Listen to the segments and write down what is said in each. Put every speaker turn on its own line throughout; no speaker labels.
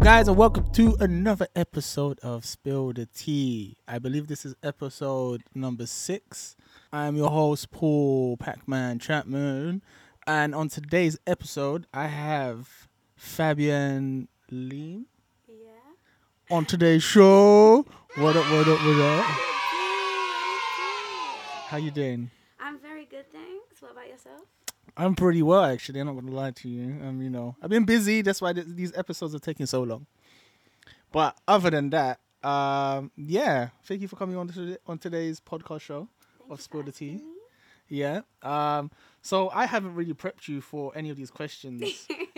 guys, and welcome to another episode of Spill the Tea. I believe this is episode number six. I'm your host, Paul Pac Man Chapman, and on today's episode, I have Fabian Lee
Yeah.
on today's show. What up, what up, what up? How you doing?
I'm very good, thanks. What about yourself?
I'm pretty well, actually. I'm not gonna lie to you. Um, you know, I've been busy. That's why th- these episodes are taking so long. But other than that, um, yeah, thank you for coming on to on today's podcast show
Thank you
of
for
Spill the Tea.
asking me.
Yeah. Um, so I haven't really prepped you for any of these questions.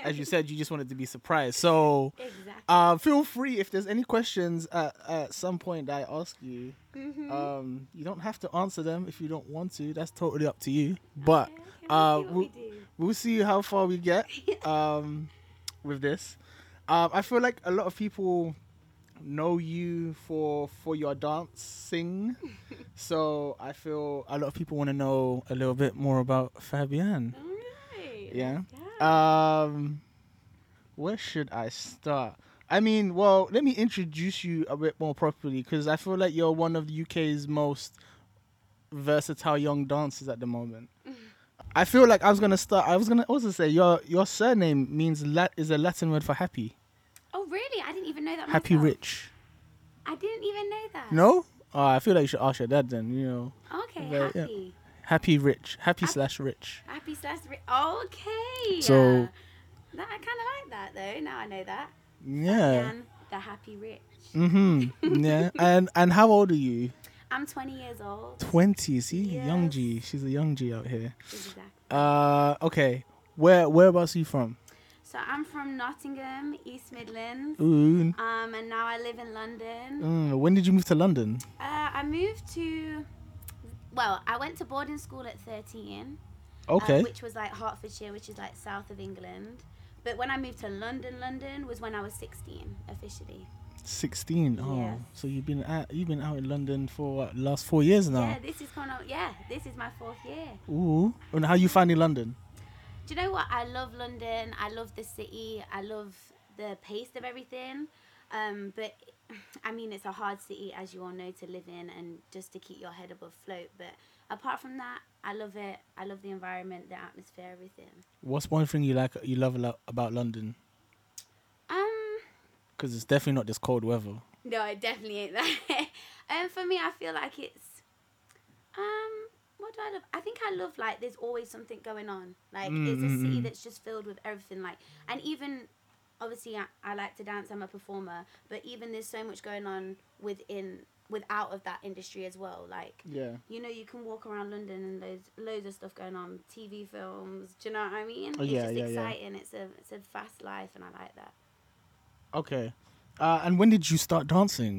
As you said, you just wanted to be surprised. So
Exactly.
uh, feel free if there's any questions at, at some point that I ask you.
Mhm.
Um, you don't have to answer them if you don't want to. That's totally up to you. But
Okay, okay,
uh,
we'll see what
we'll-
we do.
we'll see how far we get um, with this. Um, I feel like a lot of people know you for for your dancing, so I feel a lot of people want to know a little bit more about Fabienne.
All right.
Yeah.
Yeah.
Um, where should I start? I mean, well, let me introduce you a bit more properly because I feel like you're one of the UK's most versatile young dancers at the moment. I feel like I was gonna start. I was gonna also say your your surname means lat is a Latin word for happy,
oh, really? I didn't even know that.
happy
myself.
rich.
I didn't even know that.
No, oh, I feel like you should ask your dad then. You know,
Okay.
Very- yeah.
happy.
happy rich, happy
Happy-
slash rich.
Happy slash. Ri- okay.
So-
yeah. That, I kind of like that though. Now I know that.
Yeah.
And the happy rich.
Mhm. Yeah. And and how old are you?
I'm 20 years old.
20 see young
Yes.
g she's a young g out here
Exactly.
uh okay where whereabouts are you from
So I'm from Nottingham, East Midlands.
Ooh.
Um, and now I live in London.
Mm, when did you move to london
Uh, I moved to, well, I went to boarding school at 13, uh,
okay
which was like Hertfordshire, which is like south of England. But when I moved to London, London was when I was 16 officially.
16 oh
Yes.
so you've been out you've been out in london for what, last four years now
Yeah, this is kind of yeah, this is my fourth year.
ooh and how you finding london
Do you know what? I love London. I love the city. I love the pace of everything. Um, but I mean, it's a hard city, as you all know, to live in and just to keep your head above float. But apart from that, I love it. I love the environment, the atmosphere, everything.
what's one thing you like you love a lot about london
Um,
because it's definitely not this cold weather
no, it definitely ain't that. and for me, I feel like it's, um, what do I love? I think I love like there's always something going on. Like
Mm,
it's a city
Mm-mm-mm.
that's just filled with everything. Like and even, obviously, I, I like to dance. I'm a performer, but even there's so much going on within without of that industry as well. Like
yeah
you know, you can walk around London and loads loads of stuff going on. TV films. Do you know what I mean?
Oh,
it's
yeah,
just
yeah, yeah.
exciting. It's a it's a fast life, and I like that.
okay uh and when did you start dancing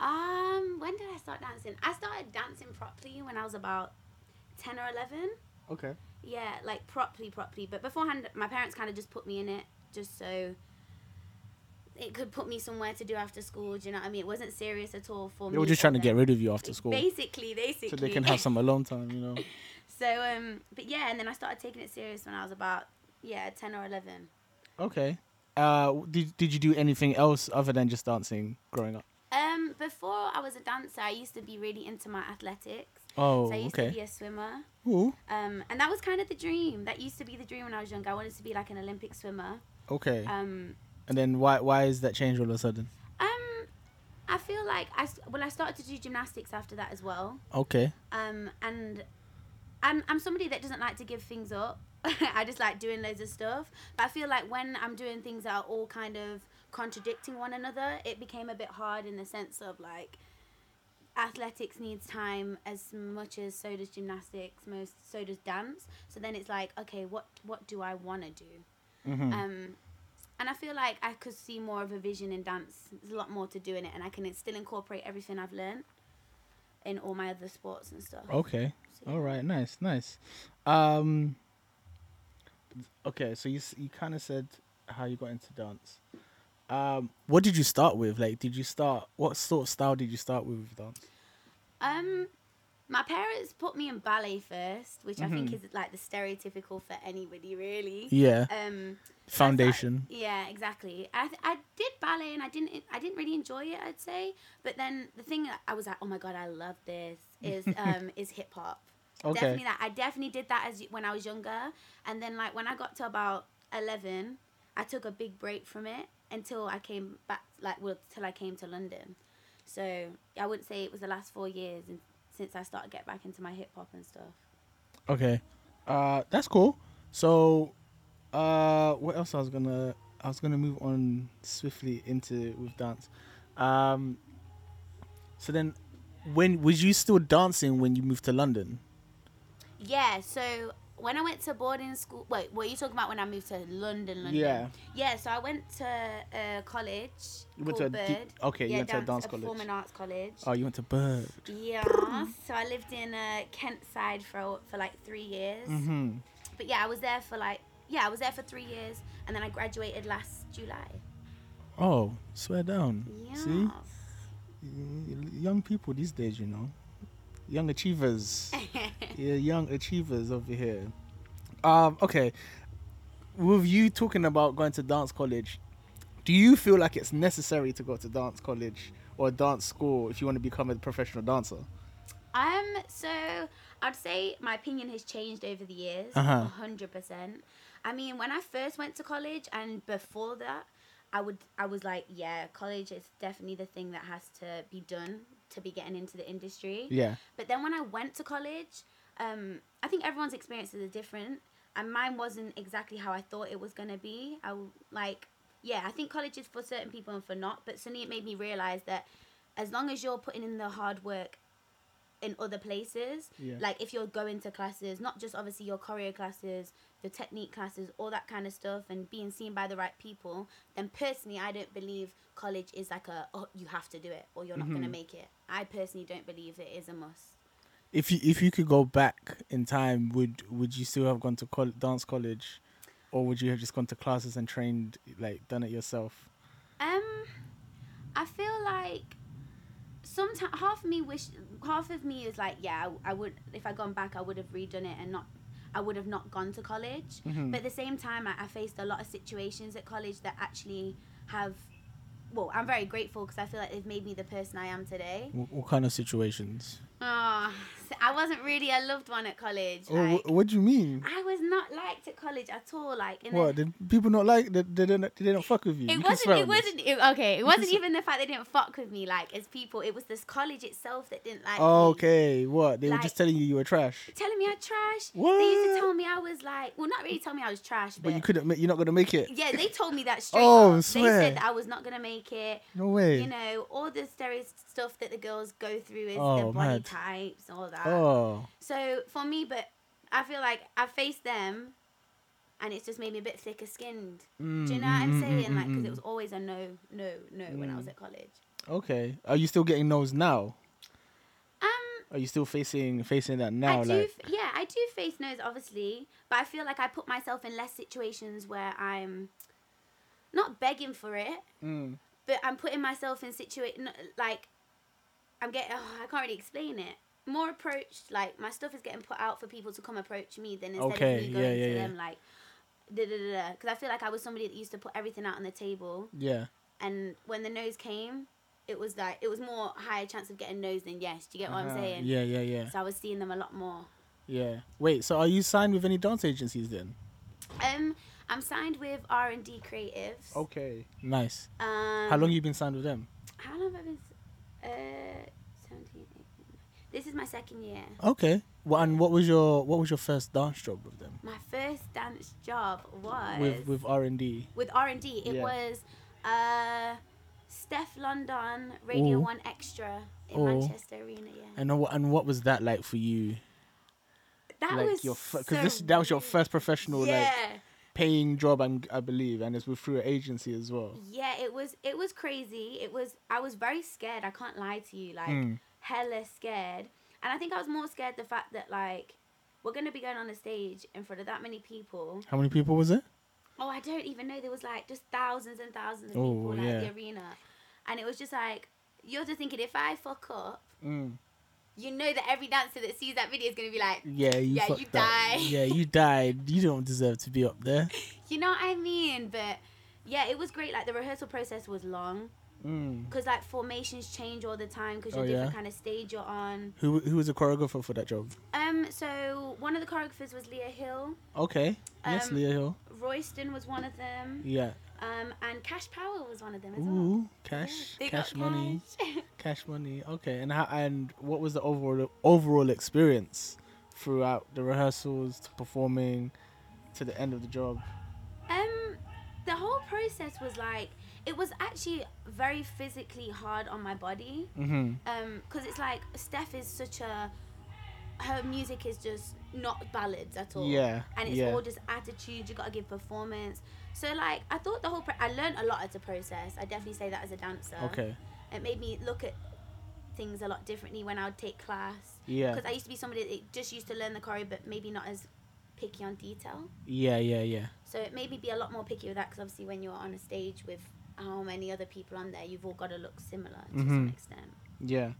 Um, when did I start dancing? I started dancing properly when I was about 10 or 11.
okay
Yeah, like properly, properly. But beforehand, my parents kind of just put me in it just so it could put me somewhere to do after school. Do you know what I mean? It wasn't serious at all for me.
they were just
or
trying to get
them.
rid of you after school
Basically, basically.
so they can have some alone time you know
so, um, but yeah, and then I started taking it serious when I was about, yeah, 10 or 11.
Okay. Uh, w- did did you do anything else other than just dancing growing up?
Um, before I was a dancer, I used to be really into my athletics.
Oh,
so I used to be
okay.
a swimmer.
Ooh,
Um, and that was kind of the dream. That used to be the dream when I was younger. I wanted to be like an Olympic swimmer.
okay.
Um,
and then why why is that change all of a sudden?
um, I feel like I s- well, I started to do gymnastics after that as well.
Okay.
Um, and I'm I'm somebody that doesn't like to give things up. I just like doing loads of stuff. But I feel like when I'm doing things that are all kind of contradicting one another, it became a bit hard in the sense of like athletics needs time as much as so does gymnastics, most so does dance. So then it's like, okay, what what do I want to do?
Mm-hmm.
Um, and I feel like I could see more of a vision in dance. There's a lot more to do in it, and I can still incorporate everything I've learned in all my other sports and stuff.
okay.
So, yeah.
All right. Nice. Nice. Um. Okay. So you s- you kind of said how you got into dance. Um, what did you start with? Like, did you start? What sort of style did you start with with dance?
Um, My parents put me in ballet first, which I think is like the stereotypical for anybody, really.
Yeah.
Um, so I started-
Foundation.
yeah, exactly. I, th- I did ballet and I didn't I didn't really enjoy it. I'd say, but then the thing that I was like, oh my god, I love this is um is hip hop.
Okay.
Definitely that I definitely did that as when I was younger, and then like when I got to about eleven, I took a big break from it until I came back like well till I came to London. So I wouldn't say it was the last four years and since I started get back into my hip hop and stuff.
Okay. Uh, that's cool. So, uh, what else I was gonna I was gonna move on swiftly into with dance. Um, so then, when was you still dancing when you moved to London?
Yeah, so when I went to boarding school, wait, what are you talking about when I moved to London, London?
Yeah.
Yeah, so I went to uh, college.
You went
called
to a d-
Bird.
okay, you
yeah,
went to a dance
a
college.
Performing arts college.
Oh, you went to Bird.
yeah. So I lived in uh, Kent side for for like three years.
Mm-hmm.
But yeah, I was there for like yeah, I was there for three years, and then I graduated last July.
Oh, swear down.
Yeah.
See, Y- young people these days, you know, young achievers. yeah, young achievers over here. Um, okay. With you talking about going to dance college, do you feel like it's necessary to go to dance college or dance school if you want to become a professional dancer?
Um, so I'd say my opinion has changed over the years, a
Uh-huh.
100%. I mean, when I first went to college and before that, I would I was like, yeah, college is definitely the thing that has to be done to be getting into the industry.
Yeah.
But then when I went to college, um, I think everyone's experiences are different, and mine wasn't exactly how I thought it was gonna be. I w- like, yeah, I think college is for certain people and for not. But suddenly it made me realize that as long as you're putting in the hard work in other places,
Yeah.
like if you're going to classes, not just obviously your choreo classes, your technique classes, all that kind of stuff, and being seen by the right people, then personally, I don't believe college is like a oh you have to do it or you're not gonna make it. I personally don't believe it is a must.
If you if you could go back in time, would would you still have gone to col- dance college, or would you have just gone to classes and trained like done it yourself?
Um, I feel like sometimes half of me wish half of me is like yeah I, I would if I gone back I would have redone it and not I would have not gone to college.
Mm-hmm.
But at the same time, I, I faced a lot of situations at college that actually have. Well, I'm very grateful because I feel like they've made me the person I am today.
What, what kind of situations?
Oh, I wasn't really a loved one at college.
Or
Like,
Oh, wh- what do you mean?
I was not liked at college at all. Like, in the-
What did people not like? Did, did, they, not, did they not fuck with you? You
It
can
wasn't.
swear
It
on this.
wasn't. It, okay. It wasn't
swear-
even the fact they didn't fuck with me. Like as people, it was this college itself that didn't like. me.
Okay, what they were
Like-
just telling you you were trash,
Telling me I trash. They used
What?
to tell me I was like, well, not really tell me I was trash, but,
but you couldn't. ma- You're not gonna make it.
yeah, they told me that straight.
Oh,
up. They
swear.
said that I was not gonna make it.
No way.
You know, all the stereo stuff that the girls go through is
Oh,
their body
mad.
types, all that.
Oh,
So for me, but I feel like I faced them, and it's just made me a bit thicker skinned.
Mm,
Do you know
Mm-hmm,
what I'm saying? Like, because it was always a no, no, no when I was at college.
okay. Are you still getting those now?
Um,
Are you still facing facing that now?
I do,
like,
f- yeah, I do face no's obviously, but I feel like I put myself in less situations where I'm not begging for it,
Mm.
but I'm putting myself in situation like I'm getting. Oh, I can't really explain it. More approached, like my stuff is getting put out for people to come approach me than instead
Okay,
of me
yeah,
going
yeah,
to
yeah.
them like. Da, da, da, Because I feel like I was somebody that used to put everything out on the table,
yeah.
and when the nose came, it was like it was more higher chance of getting nose than yes. Do you get what
Uh,
I'm saying?
Yeah, yeah, yeah,
So I was seeing them a lot more.
yeah. Wait, so are you signed with any dance agencies then?
Um, I'm signed with R and D Creatives.
Okay. Nice.
Um,
Oh, How long you been signed with them?
How long have I been? s- Uh, 17, 18. This is my second year.
Okay. Well, and what was your what was your first dance job with them?
My first dance job was
With with R and D.
with R and D. It
Yeah.
was uh, Steph London Radio
Ooh. Oh.
One Extra in
Ooh.
Manchester Arena. Yeah,
And what and what was that like for you?
that
like
was
your because
so
this that was your
weird.
first professional
Yeah.
like paying job, I'm, I believe, and it's with through an agency as well.
Yeah, it was it was crazy. It was I was very scared. I can't lie to you, like
Mm.
hella scared. And I think I was more scared the fact that like we're gonna be going on a stage in front of that many people.
How many people was it?
Oh, I don't even know. There was like just thousands and thousands of
Oh,
people like, at
yeah.
the arena, and it was just like you're just thinking if I fuck up,
Mm.
you know that every dancer that sees that video is gonna be like,
Yeah, you
Yeah,
fucked
you
up.
died.
Yeah, you died. You don't deserve to be up there.
you know what I mean? But yeah, it was great. Like the rehearsal process was long
Mm.
because like formations change all the time because
Oh,
you're different
yeah?
kind of stage you're on.
Who who was the choreographer for that job?
Um, so one of the choreographers was Leah Hill.
Okay. Yes,
Um,
Leah Hill.
Royston was one of them.
Yeah.
Um, and Cash Power was one of them as well.
Ooh,
Yeah,
cash,
they got
cash money,
cash.
cash money. Okay, and how, and what was the overall overall experience throughout the rehearsals to performing to the end of the job?
Um, the whole process was like it was actually very physically hard on my body.
Mm-hmm.
Um, because it's like Steph is such a her music is just not ballads at all.
Yeah,
And it's
yeah.
all just attitude. You gotta give performance. So like I thought the whole pro- I learned a lot as a process. I definitely say that as a dancer.
Okay.
It made me look at things a lot differently when I would take class.
Yeah.
Because I used to be somebody that just used to learn the choreo, but maybe not as picky on detail.
Yeah, yeah, yeah.
So it made me be a lot more picky with that because obviously when you're on a stage with how many other people on there, you've all got to look similar to some
Mhm.
extent.
Yeah.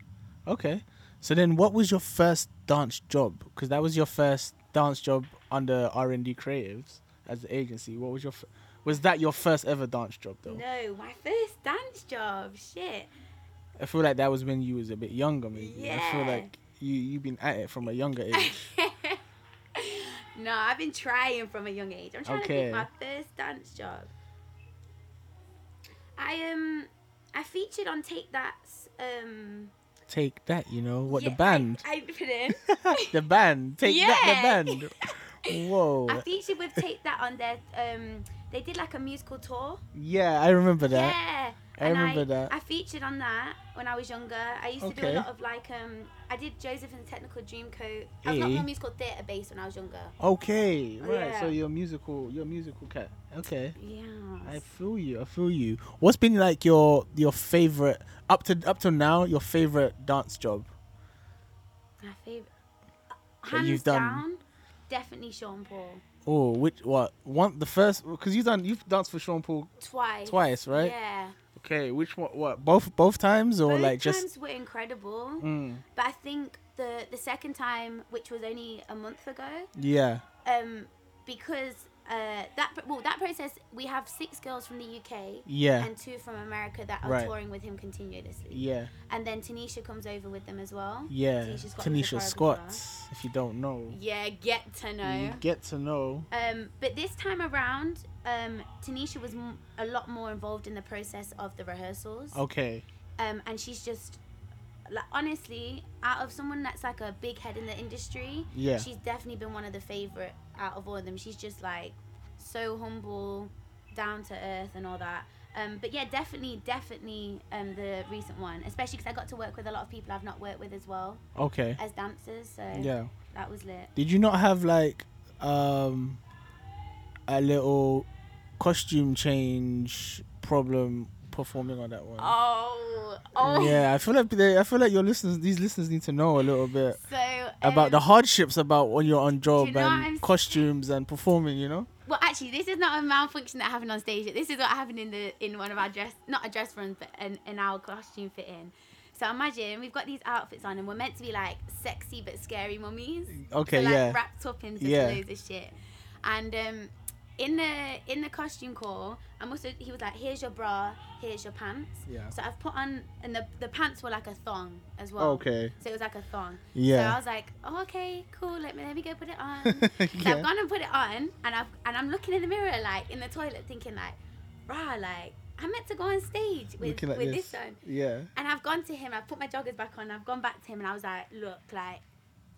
Okay. So then, what was your first dance job? Because that was your first dance job under R and D Creatives as the agency. What was your f- was that your first ever dance job though?
No, my first dance job. Shit.
I feel like that was when you was a bit younger, maybe. I feel
Yeah.
like you you've been at it from a younger age.
no, I've been trying from a young age. I'm trying
Okay.
to think my first dance job. I um I featured on Take That's um
Take that, you know what
yeah,
the band,
I, I put in.
the band, take that, the
Yeah.
band. Whoa,
I featured with Take That on their um they did like a musical tour.
yeah, I remember that.
Yeah.
I
And
remember that.
I featured on that when I was younger. I used to do
Okay.
a lot of like um I did Joseph and the Technical Dreamcoat. I was a lot
Hey.
more musical theatre based when I was younger.
Okay, right. So
Oh, Yeah.
you're musical, you're a musical cat. Okay.
Yeah.
I feel you. I feel you. What's been like your your favorite up to up till now? Your favorite dance job?
My favorite
That
hands
you've done.
down, definitely Sean Paul.
Oh, which what one? The first because you've done you've danced for Sean Paul
Twice.
twice, right?
Yeah.
Okay, which one? What both both times or
Both
like just?
times were incredible.
Mm,
But I think the the second time, which was only a month ago,
yeah.
um, because uh, that well that process we have six girls from the UK
Yeah.
and two from America that are
Right.
touring with him continuously.
Yeah.
And then Tanisha comes over with them as well.
Yeah.
Tanisha Scott was the
Tanisha
choreographer.
Scott's. If you don't know,
Yeah, get to
you
know.
get to know.
Um, but this time around, um, Tanisha was m- a lot more involved in the process of the rehearsals.
Okay.
Um, and she's just, like, honestly, out of someone that's like a big head in the industry,
Yeah.
she's definitely been one of the favorite out of all of them. She's just like so humble, down to earth, and all that. Um, but yeah, definitely, definitely um, the recent one, especially because I got to work with a lot of people I've not worked with as well
Okay.
as dancers. So
Yeah.
that was lit.
Did you not have like um a little costume change problem performing on that one?
Oh, oh.
Yeah, I feel like they, I feel like your listeners, these listeners, need to know a little bit
So
about the
um,
hardships about when you're on job
know what I'm
and
s-
costumes and performing. You know?
Well, actually, this is not a malfunction that happened on stage. This is what happened in the in one of our dress, not a dress runs, but an, in our costume fit in. So imagine we've got these outfits on, and we're meant to be like sexy but scary mummies.
Okay,
so, like,
yeah.
Wrapped up into
Yeah.
clothes and shit. And um, in the in the costume call, I must have, he was like, "Here's your bra, here's your pants."
Yeah.
So I've put on, and the the pants were like a thong as well.
Okay.
So it was like a thong. So I
Yeah.
was like, oh, okay, cool. Let me let me go put it on. So
Yeah.
I've gone and put it on, and I've and I'm looking in the mirror, like in the toilet, thinking like, rah, like I meant to go on stage with
Looking like
with
this.
this. one.
Yeah.
And I've gone to him. I've put my joggers back on. I've gone back to him, and I was like, look, like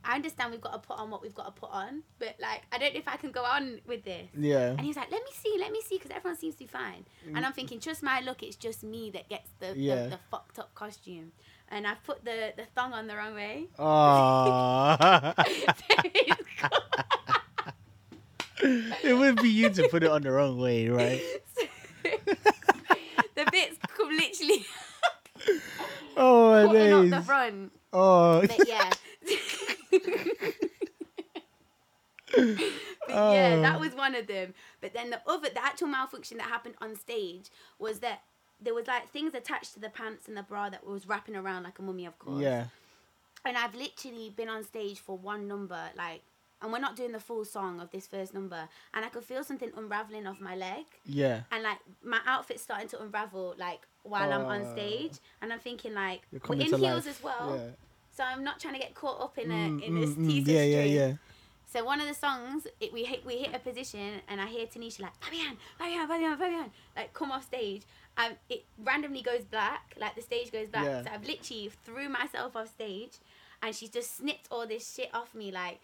I understand we've got to put on what we've got to put on, but like I don't know if I can go on with this.
Yeah. Mm.
And he's like, let me see, let me see, because everyone seems to be fine. And I'm thinking, trust my look, it's just me that gets the,
Yeah.
the, the fucked up costume. And I've put the, the thong on the wrong way.
Ah.
so
it would be you to put it on the wrong way, right?
the bits come literally
Oh my
cutting up
days.
the front.
Oh.
But yeah. But yeah, that
Oh.
was one of them. But then the other, the actual malfunction that happened on stage was that there was like things attached to the pants and the bra that was wrapping around like a mummy, of course.
Yeah.
and I've literally been on stage for one number, like, and we're not doing the full song of this first number, and I could feel something unraveling off my leg,
Yeah.
and like my outfit's starting to unravel, like while I'm on
Oh.
stage, and I'm thinking like
You're
we're in
coming
heels
to life.
as well,
Yeah.
so I'm not trying to get caught up in a
Mm,
in
mm,
this
mm.
teaser
yeah, yeah,
string.
yeah.
So one of the songs, it, we hit we hit a position, and I hear Tanisha like Fabian, Fabian, Fabian, Fabian, like come off stage. Um, it randomly goes black, like the stage goes black.
Yeah.
So I've literally threw myself off stage, and she's just snipped all this shit off me like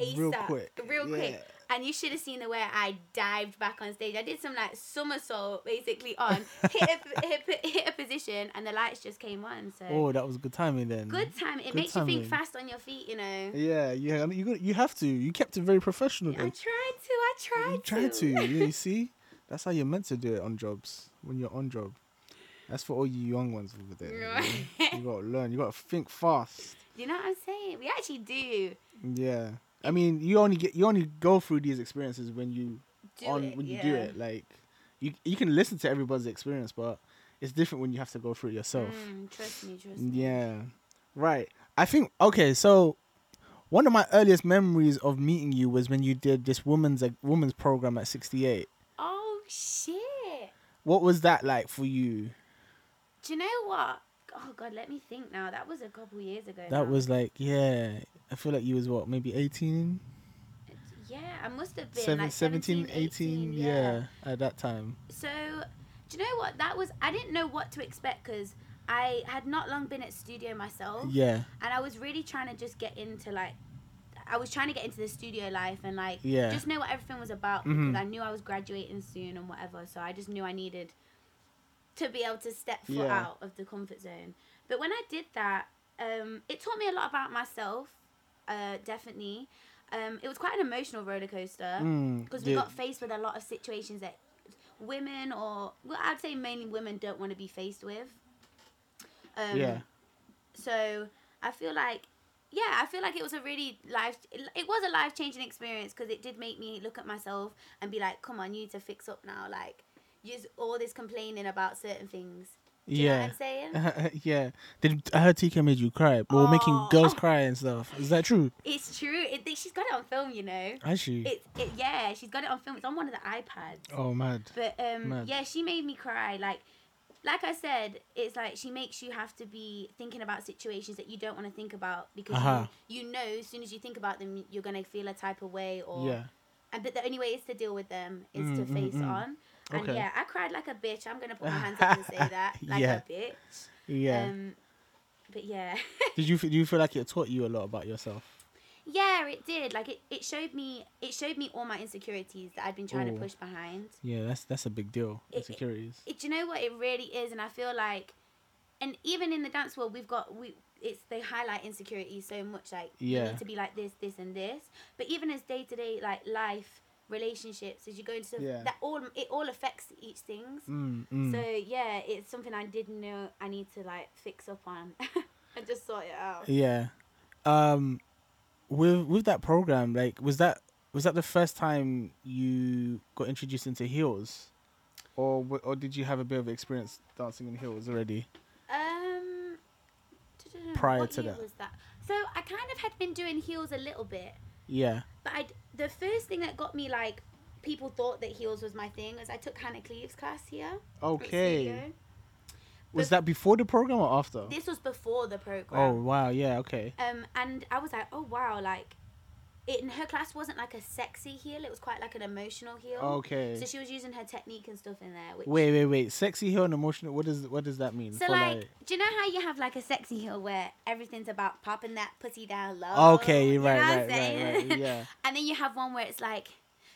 ASAP,
Real quick,
real quick.
yeah.
And you should have seen the way I dived back on stage. I did some like somersault basically on hit a, hit, a, hit a position, and the lights just came on. So
Oh, that was good timing then.
good time. It
Mm-hmm. good
makes you
timing.
think fast on your feet, you know.
Yeah, yeah. I mean, you got, you have to. You kept it very professional.
I tried
though.
to. I tried.
You try to. yeah, you see, that's how you're meant to do it on jobs. When you're on job, that's for all you young ones over there. you know?
Right.
You gotta learn. You gotta think fast.
You know what I'm saying? We actually do
Yeah. I mean, you only get you only go through these experiences when you
do
on
it.
when you
yeah.
do it. Like you you can listen to everybody's experience, but it's different when you have to go through it yourself.
Mm, trust me, trust me.
Yeah. Right. I think okay, so one of my earliest memories of meeting you was when you did this woman's like, woman's program at 68.
Oh shit!
What was that like for you?
Do you know what? Oh god, let me think now. That was a couple years ago. now.
That was like, yeah, I feel like you was what, maybe 18,
Yeah, I must have been
Seven-
like
17,
17,
18, yeah, at that time.
So, do you know what? That was I didn't know what to expect because I had not long been at studio myself.
Yeah.
and I was really trying to just get into like I was trying to get into the studio life and like
Yeah.
just know what everything was about
Mhm.
because I knew I was graduating soon and whatever so I just knew I needed to be able to step foot
Yeah.
out of the comfort zone but when I did that um, it taught me a lot about myself uh, definitely um, it was quite an emotional roller coaster
Mm,
because Uh, we
yeah.
got faced with a lot of situations that women or well I'd say mainly women don't want to be faced with um,
yeah.
so I feel like, yeah, I feel like it was a really life. It was a life changing experience because it did make me look at myself and be like, "Come on, you need to fix up now." Like, use all this complaining about certain things. Do you know
Yeah.
what I'm saying?
yeah. Did I heard TK made you cry? Well, making
Oh.
girls cry and stuff. Is that true?
It's true. It, she's got it on film, you know.
Actually.
It, it, yeah, she's got it on film. It's on one of the iPads.
oh, mad.
But um,
Mad.
yeah, she made me cry. Like, like I said, it's like she makes you have to be thinking about situations that you don't want to think about because
Uh-huh.
you, you know as soon as you think about them, you're gonna feel a type of way or.
Yeah.
And but the only way is to deal with them is to
Mm, mm,
face
mm.
on. And
Okay.
yeah, I cried like a bitch. I'm gonna put my hands up and say that like
Yeah.
a bitch.
Yeah.
Um, but yeah.
did you f- do you feel like it taught you a lot about yourself?
yeah, it did. Like it, it showed me it showed me all my insecurities that I'd been trying
Ooh.
to push behind.
Yeah, that's that's a big deal.
It-
Insecurities.
it, do you know what it really is and i feel like and even in the dance world we've got we it's they highlight insecurities so much like you
Yeah.
need to be like this this and this but even as day-to-day like life relationships as you go into
Yeah.
that all it all affects each things
Mm, mm.
so yeah it's something i didn't know i need to like fix up on and just sort it out
yeah. Um, with with that program, like, was that was that the first time you got introduced into heels, or w- or did you have a bit of experience dancing in heels already?
um
Prior
what
to
year
that.
was that so i kind of had been doing heels a little bit
Yeah.
But I, the first thing that got me like people thought that heels was my thing was I took Hannah Cleves class here. at
Okay.
studio.
Was that before the program or after?
This was before the
Oh
program.
wow. Yeah. Okay.
Um, and I was like, oh wow, like, it, and her class wasn't like a sexy heel; it was quite like an emotional heel.
Okay.
So she was using her technique and stuff in there. Which,
Wait, wait, wait. Sexy heel and emotional. What does what does that mean?
So
For,
like, do you know how you have like a sexy heel where everything's about popping that pussy down low?
okay,
You know
right,
what
right,
I'm
right,
saying?
right. Yeah.
and then you have one where it's like,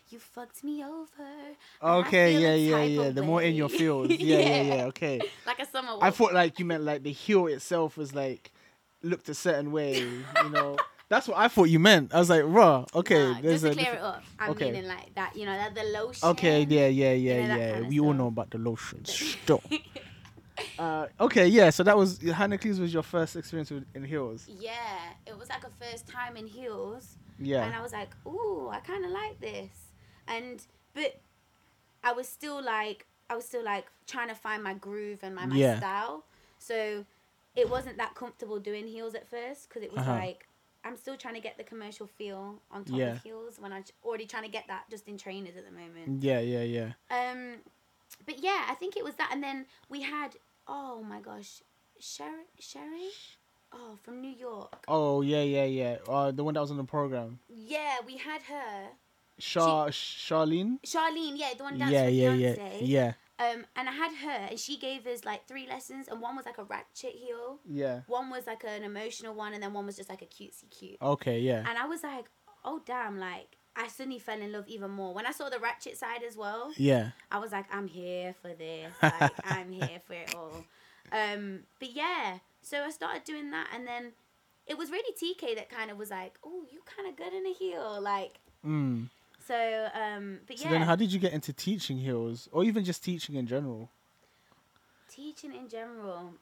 you fucked me over. and I
Okay.
feel
Yeah.
a
Yeah.
type
Yeah.
of
The more in your
way."
field. Yeah. Yeah. Yeah. Okay.
Like a summer
I
walk.
thought like you meant like the heel itself was like looked a certain way. You know. That's what I thought you meant. I was like, raw. Okay.
Nah, Uh, just to clear
diff-
it up, I'm
okay.
meaning like that, you know, that the lotion.
Okay. Yeah. Yeah. Yeah.
know, that
yeah.
kinda
we all
stuff.
know about the lotion stuff. uh, okay. Yeah. So that was Hannah Cleese was your first experience with, in heels.
Yeah, it was like a first time in heels,
Yeah.
and I was like, ooh, I kind of like this, and but I was still like, I was still like trying to find my groove and my, my
Yeah.
style. So it wasn't that comfortable doing heels at first because it was
Uh-huh.
like I'm still trying to get the commercial feel on top
Yeah.
of heels when I'm already trying to get that just in trainers at the moment.
Yeah, yeah, yeah.
Um, but yeah, I think it was that, and then we had oh my gosh, Sherry, Sherry, oh from New York.
Oh, yeah, yeah, yeah. Uh, the one that was on the program,
Yeah, we had her,
Char Charlene.
Charlene. Yeah, the one danced
Yeah,
with
yeah, yeah,
Beyonce.
yeah,
Um, and I had her, and she gave us like three lessons, and one was like a ratchet heel,
yeah.
one was like an emotional one, and then one was just like a cutesy cute.
Okay, yeah.
And I was like, oh damn, like I suddenly fell in love even more when I saw the ratchet side as well.
Yeah.
I was like, I'm here for this. Like, I'm here for it all. Um, but yeah, so I started doing that, and then it was really TK that kind of was like, oh, you kind of good in a heel, like.
Mm.
So, um, but
So
yeah,
then, how did you get into teaching heels, or even just teaching in general?
teaching in general.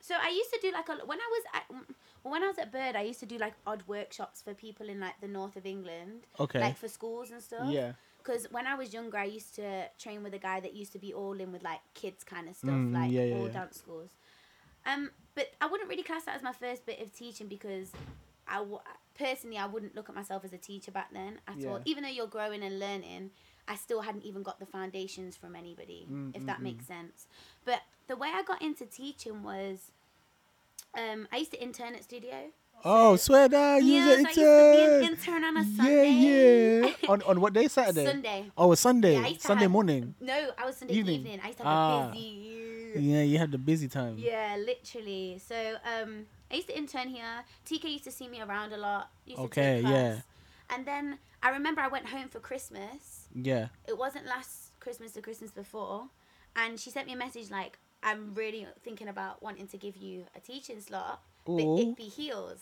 So I used to do like a when I was at, when I was at Bird, I used to do like odd workshops for people in like the north of England,
Okay.
like for schools and stuff.
yeah.
Because when I was younger, I used to train with a guy that used to be all in with like kids kind of stuff,
Mm,
like
yeah, yeah,
all
yeah.
dance schools. Um, but I wouldn't really class that as my first bit of teaching because I w- personally I wouldn't look at myself as a teacher back then at all.
Yeah.
Even though you're growing and learning, I still hadn't even got the foundations from anybody,
Mm,
if
mm,
that
mm.
makes sense. But the way I got into teaching was, um, I used to intern at studio.
Oh, swear down, you
Yes,
was an
I used to be an
intern.
intern on a
Yeah,
Sunday.
yeah. on on what day? Saturday.
Sunday.
Oh, it's Sunday.
Yeah, I used to
Sunday
have-
morning.
No, I was Sunday
Evening.
evening. I used to have
Ah.
a busy.
Yeah, you had the busy time.
Yeah, literally. So um, I used to intern here. TK used to see me around a lot. Used
Okay,
to take
yeah.
class. And then I remember I went home for Christmas.
Yeah.
It wasn't last Christmas, the Christmas before, and she sent me a message like, "I'm really thinking about wanting to give you a teaching slot, but
Ooh.
it be heels."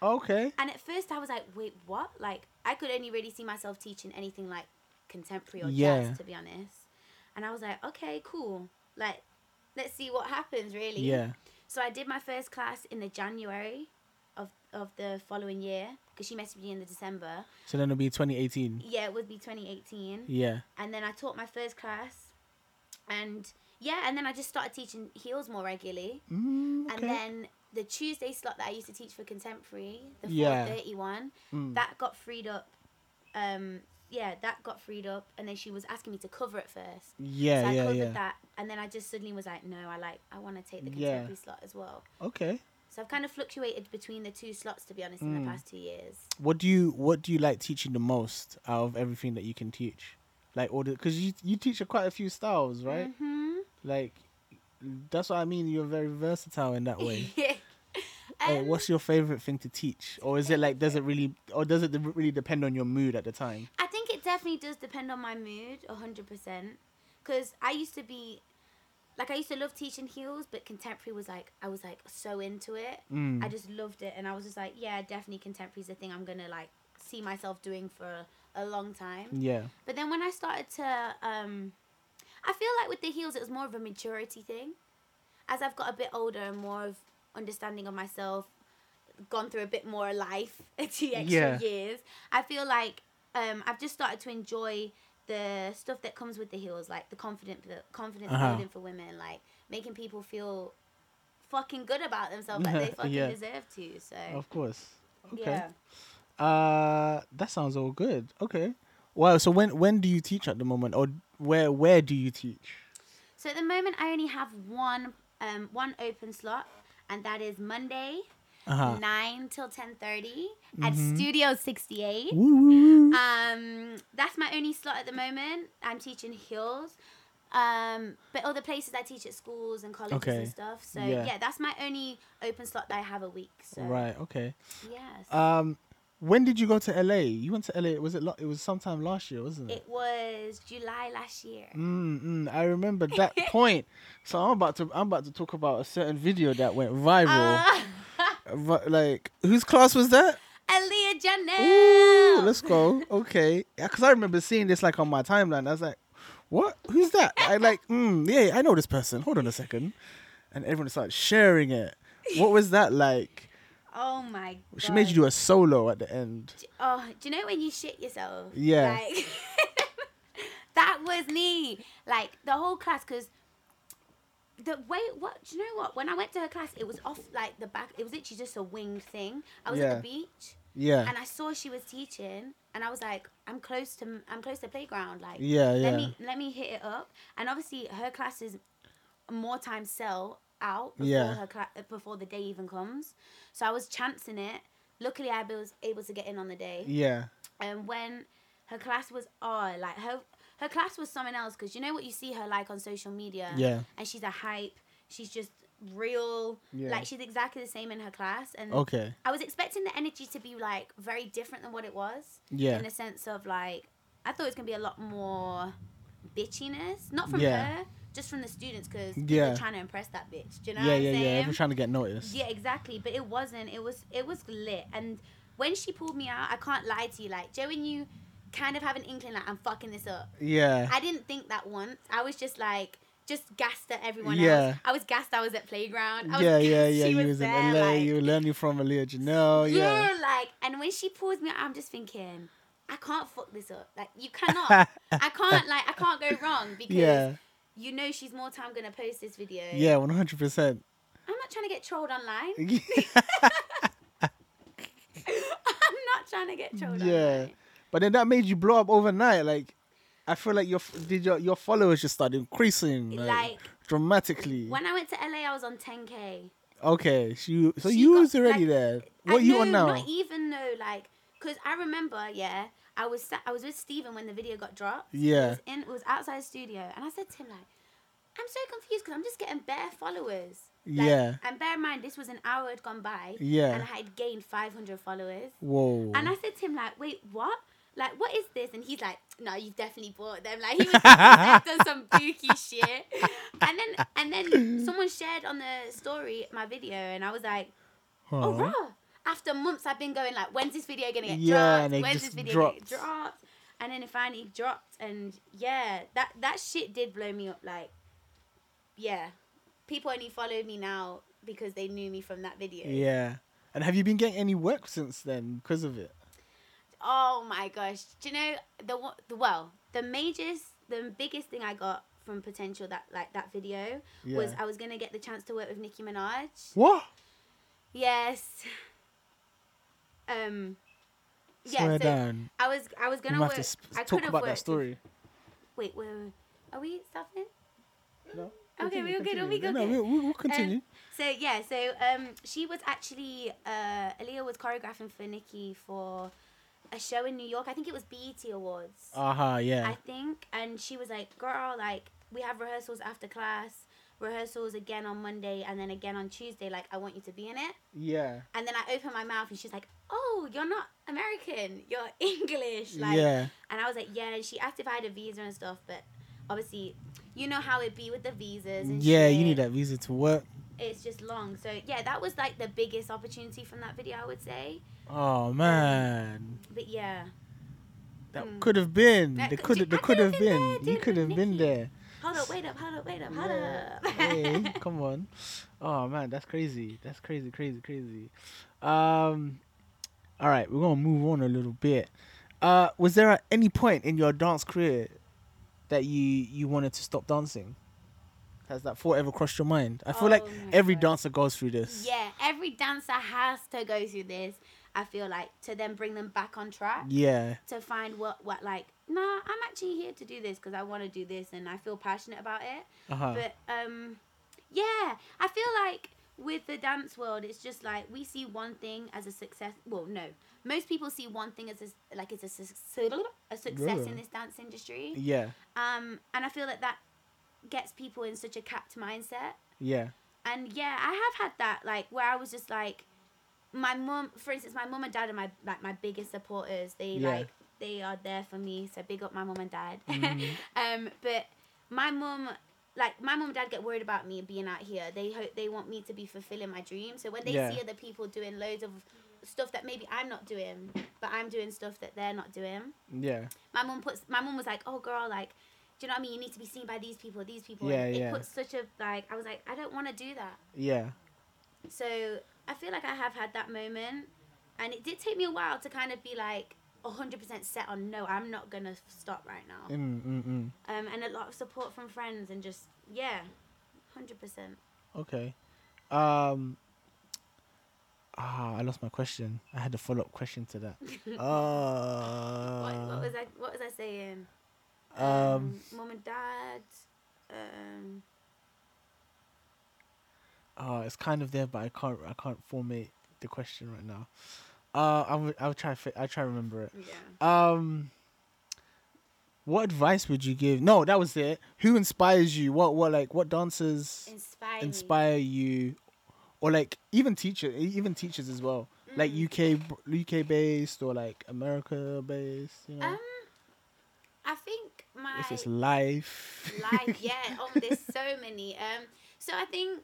Okay.
And at first I was like, "Wait, what?" Like I could only really see myself teaching anything like contemporary or
Yeah.
jazz, to be honest. And I was like, "Okay, cool. Like, let's see what happens, really."
Yeah.
So I did my first class in the January of of the following year because she messaged me in the December.
So then it'll be 2018.
Yeah, it would be 2018.
Yeah.
And then I taught my first class, and yeah, and then I just started teaching heels more regularly.
Mm, okay.
And then the Tuesday slot that I used to teach for contemporary, the
Yeah.
4:30 one,
Mm.
that got freed up. Um, yeah, that got freed up, and then she was asking me to cover it first.
yeah,
so I
yeah,
covered
yeah.
that, and then I just suddenly was like, no, I like, I want to take the
Yeah.
contemporary slot as well.
Okay.
So I've kind of fluctuated between the two slots, to be honest, in
Mm.
the past two years.
What do you What do you like teaching the most out of everything that you can teach? Like all the because you you teach quite a few styles, right?
hmm
Like that's what I mean. You're very versatile in that way. Like,
Um,
what's your favorite thing to teach, or is it like does it really, or does it really depend on your mood at the time?
I think it definitely does depend on my mood, hundred percent. Because I used to be, like, I used to love teaching heels, but contemporary was like, I was like so into it.
Mm.
I just loved it, and I was just like, yeah, definitely contemporary is the thing I'm gonna like see myself doing for a long time.
Yeah.
But then when I started to, um, I feel like with the heels, it was more of a maturity thing. As I've got a bit older and more of understanding of myself, gone through a bit more life, a few
Yeah.
extra years, I feel like um, I've just started to enjoy the stuff that comes with the heels, like the confident, the confidence
Uh-huh.
building for women, like making people feel fucking good about themselves, like they fucking
Yeah.
deserve to. So
Of course. Okay.
yeah.
Uh, that sounds all good. Okay. Wow. So when when do you teach at the moment, or where where do you teach?
So at the moment, I only have one um, one open slot, and that is Monday,
Uh huh. Mm-hmm.
nine till ten at Studio Sixty Eight.
Woo, woo, woo.
Um, that's my only slot at the moment. I'm teaching heels, um, but other places I teach at schools and colleges
Okay.
and stuff. So
Yeah.
yeah. that's my only open slot that I have a week. So
Right. Okay.
yes,
Um, when did you go to LA? You went to LA. Was it? Lo- it was sometime last year, wasn't it?
it was July last year.
Mm, mm, I remember that point. So I'm about to I'm about to talk about a certain video that went viral.
Uh,
Vi- like whose class was that?
Aaliyah
Ooh,
Janelle.
let's go. Okay, because I remember seeing this like on my timeline. I was like, "What? Who's that?" I like, mm, yeah, I know this person. Hold on a second, and everyone started sharing it. What was that like?
oh my god.
She made you do a solo at the end.
Oh, do you know when you shit yourself?
Yeah.
Like, that was me. Like the whole class, because the way what do you know what when I went to her class it was off like the back it was literally just a winged thing. I was at
Yeah.
the beach
Yeah.
and I saw she was teaching and I was like I'm close to I'm close to playground like
Yeah,
let
yeah.
me let me hit it up and obviously her class is more time sell out before
Yeah.
her cla- uh, before the day even comes. So I was chancing it. Luckily I was able to get in on the day
yeah.
and when her class was on, like her her class was someone else because you know what you see her like on social media.
Yeah.
And she's a hype. She's just real.
Yeah. Oh,
Like she's exactly the same in her class. And
Okay.
I was expecting the energy to be like very different than what it was.
Yeah.
In the sense of like, I thought it was gonna be a lot more bitchiness, not from
Yeah.
her, just from the students because
Yeah.
people trying to impress that bitch. Do you know
Yeah,
what I'm
yeah,
saying?
yeah. We're trying to get noticed.
eh? Yeah, exactly. But it wasn't. It was it was lit. And when she pulled me out, I can't lie to you. Like Joe and you, kind of have an inkling like I'm fucking this up.
Yeah.
I didn't think that once. I was just like just gassed at everyone
Yeah.
else. I was gassed. I was at playground. I was
Yeah,
gassed
yeah, yeah.
She
You
was,
was in
there.
LA.
like,
you were learning from Aaliyah Janelle. Yeah.
yeah. like and when she pulls me out, I'm just thinking. I can't fuck this up. Like you cannot. I can't. Like I can't go wrong because
Yeah.
you know she's more time gonna post this video.
Yeah. One hundred percent.
I'm not trying to get trolled online.
Yeah.
I'm not trying to get trolled.
Yeah.
online.
But then that made you blow up overnight. Like, I feel like your f- did your your followers just started increasing like,
Like-
dramatically.
When I went to LA, I was on 10k.
okay, so you so
She
you
got,
was already
like-
there.
I
What you on
know,
now?
Not even though, like, cause I remember, yeah, I was sat, I was with Steven when the video got dropped. It
Yeah.
was, in, it was outside his studio, and I said to him like, I'm so confused because I'm just getting bare followers. Like,
Yeah.
And bear in mind, this was an hour had gone by.
Yeah.
And I had gained 500 followers.
Whoa.
And I said to him like, wait, what? Like, what is this? And he's like, no, you've definitely bought them. Like, he was like, done some booky shit. And then, and then someone shared on the story my video, and I was like, oh,
Huh.
rah. After months, I've been going like, when's this video gonna get
Uh-huh. Yeah,
dropped?
and it
When's
just
this video
dropped.
gonna get dropped? And then it finally dropped, and yeah, that that shit did blow me up. Like, yeah, people only follow me now because they knew me from that video.
Yeah. And have you been getting any work since then because of it?
Oh my gosh! Do you know the wa- the well the majors the biggest thing I got from potential that like that video was
Yeah.
I was gonna get the chance to work with Nicki Minaj.
What?
Yes. Um. Yeah.
Swear
so
down.
I was I was
We
gonna
might
work.
have to sp-
I could
talk
have
about
worked.
that
with-
story.
Wait, wait, wait. Are we stopping?
No?
Okay,
Continue,
we're good,
continue.
we
No,
good,
no, we'll, we'll continue.
So yeah, so um, she was actually uh, Aaliyah was choreographing for Nicki for a show in New York. I think it was BET Awards.
Aha, Oh, yeah.
Um, I think. And she was like, girl, like, we have rehearsals after class, rehearsals again on Monday, and then again on Tuesday. Like, I want you to be in it.
yeah.
And then I opened my mouth, and she's like, oh, you're not American, you're English. Like,
yeah.
And I was like, yeah. And she asked if I had a visa and stuff, but obviously, you know how it be with the visas. And
Yeah, you
shit.
need that visa to work.
It's just long. So, yeah, that was like the biggest opportunity from that video, I would say.
Oh, man.
But yeah.
That
Mm.
could have been.
That
There could
could-
have.
I
There
could
could
have
have
been
been.
there,
You
didn't
could have
Nikki?
been there.
Hold up, wait up, hold up, wait up, hold
Yeah.
up.
hey, come on. Oh man, that's crazy. That's crazy, crazy, crazy. Um, all right, we're gonna move on a little bit. Uh, was there at any point in your dance career that you you wanted to stop dancing? Has that thought ever crossed your mind? I feel like
Oh my
every
God.
dancer goes through this.
Yeah, every dancer has to go through this. I feel like to then bring them back on track
Yeah.
to find what what like nah, I'm actually here to do this because I want to do this and I feel passionate about it.
Uh huh.
But um, yeah, I feel like with the dance world, it's just like we see one thing as a success. Well, no, most people see one thing as a, like it's a, suc- a success
Yeah.
in this dance industry.
Yeah.
Um, and I feel that that gets people in such a capped mindset.
Yeah.
and yeah, I have had that like where I was just like, my mum, for instance, my mum and dad are my like my biggest supporters. They
Yeah.
like they are there for me, so big up my mum and dad.
Mm-hmm.
um, but my mum, like my mum and dad, get worried about me being out here. They hope they want me to be fulfilling my dream. So when they
Yeah.
see other people doing loads of stuff that maybe I'm not doing, but I'm doing stuff that they're not doing
Yeah.
my mum puts my mum was like oh girl like do you know what i mean you need to be seen by these people these people
Yeah,
And it
yeah.
puts such a like i was like i don't want to do that
Yeah.
so i feel like i have had that moment and it did take me a while to kind of be like 100% set on no i'm not gonna stop right now
Mm, mm, mm.
um, and a lot of support from friends and just yeah hundred percent.
Okay. Um. Ah, I lost my question. I had a follow up question to that.
What, what
Uh,
was I? What was I saying?
um.
mum and dad. Um,
Oh, it's kind of there, but I can't. I can't formate the question right now. Uh, I'll. I'll try. fi- I'll try to remember it.
yeah.
Um. What advice would you give? No, that was it. Who inspires you? What? What? Like what dancers
Inspire. me.
inspire you, or like even teacher, e- even teachers as well. Like
Mm.
UK, b- UK based or like America based. You know,
Um, I think my
if it's life.
life. Yeah. Oh, there's so many. Um, so I think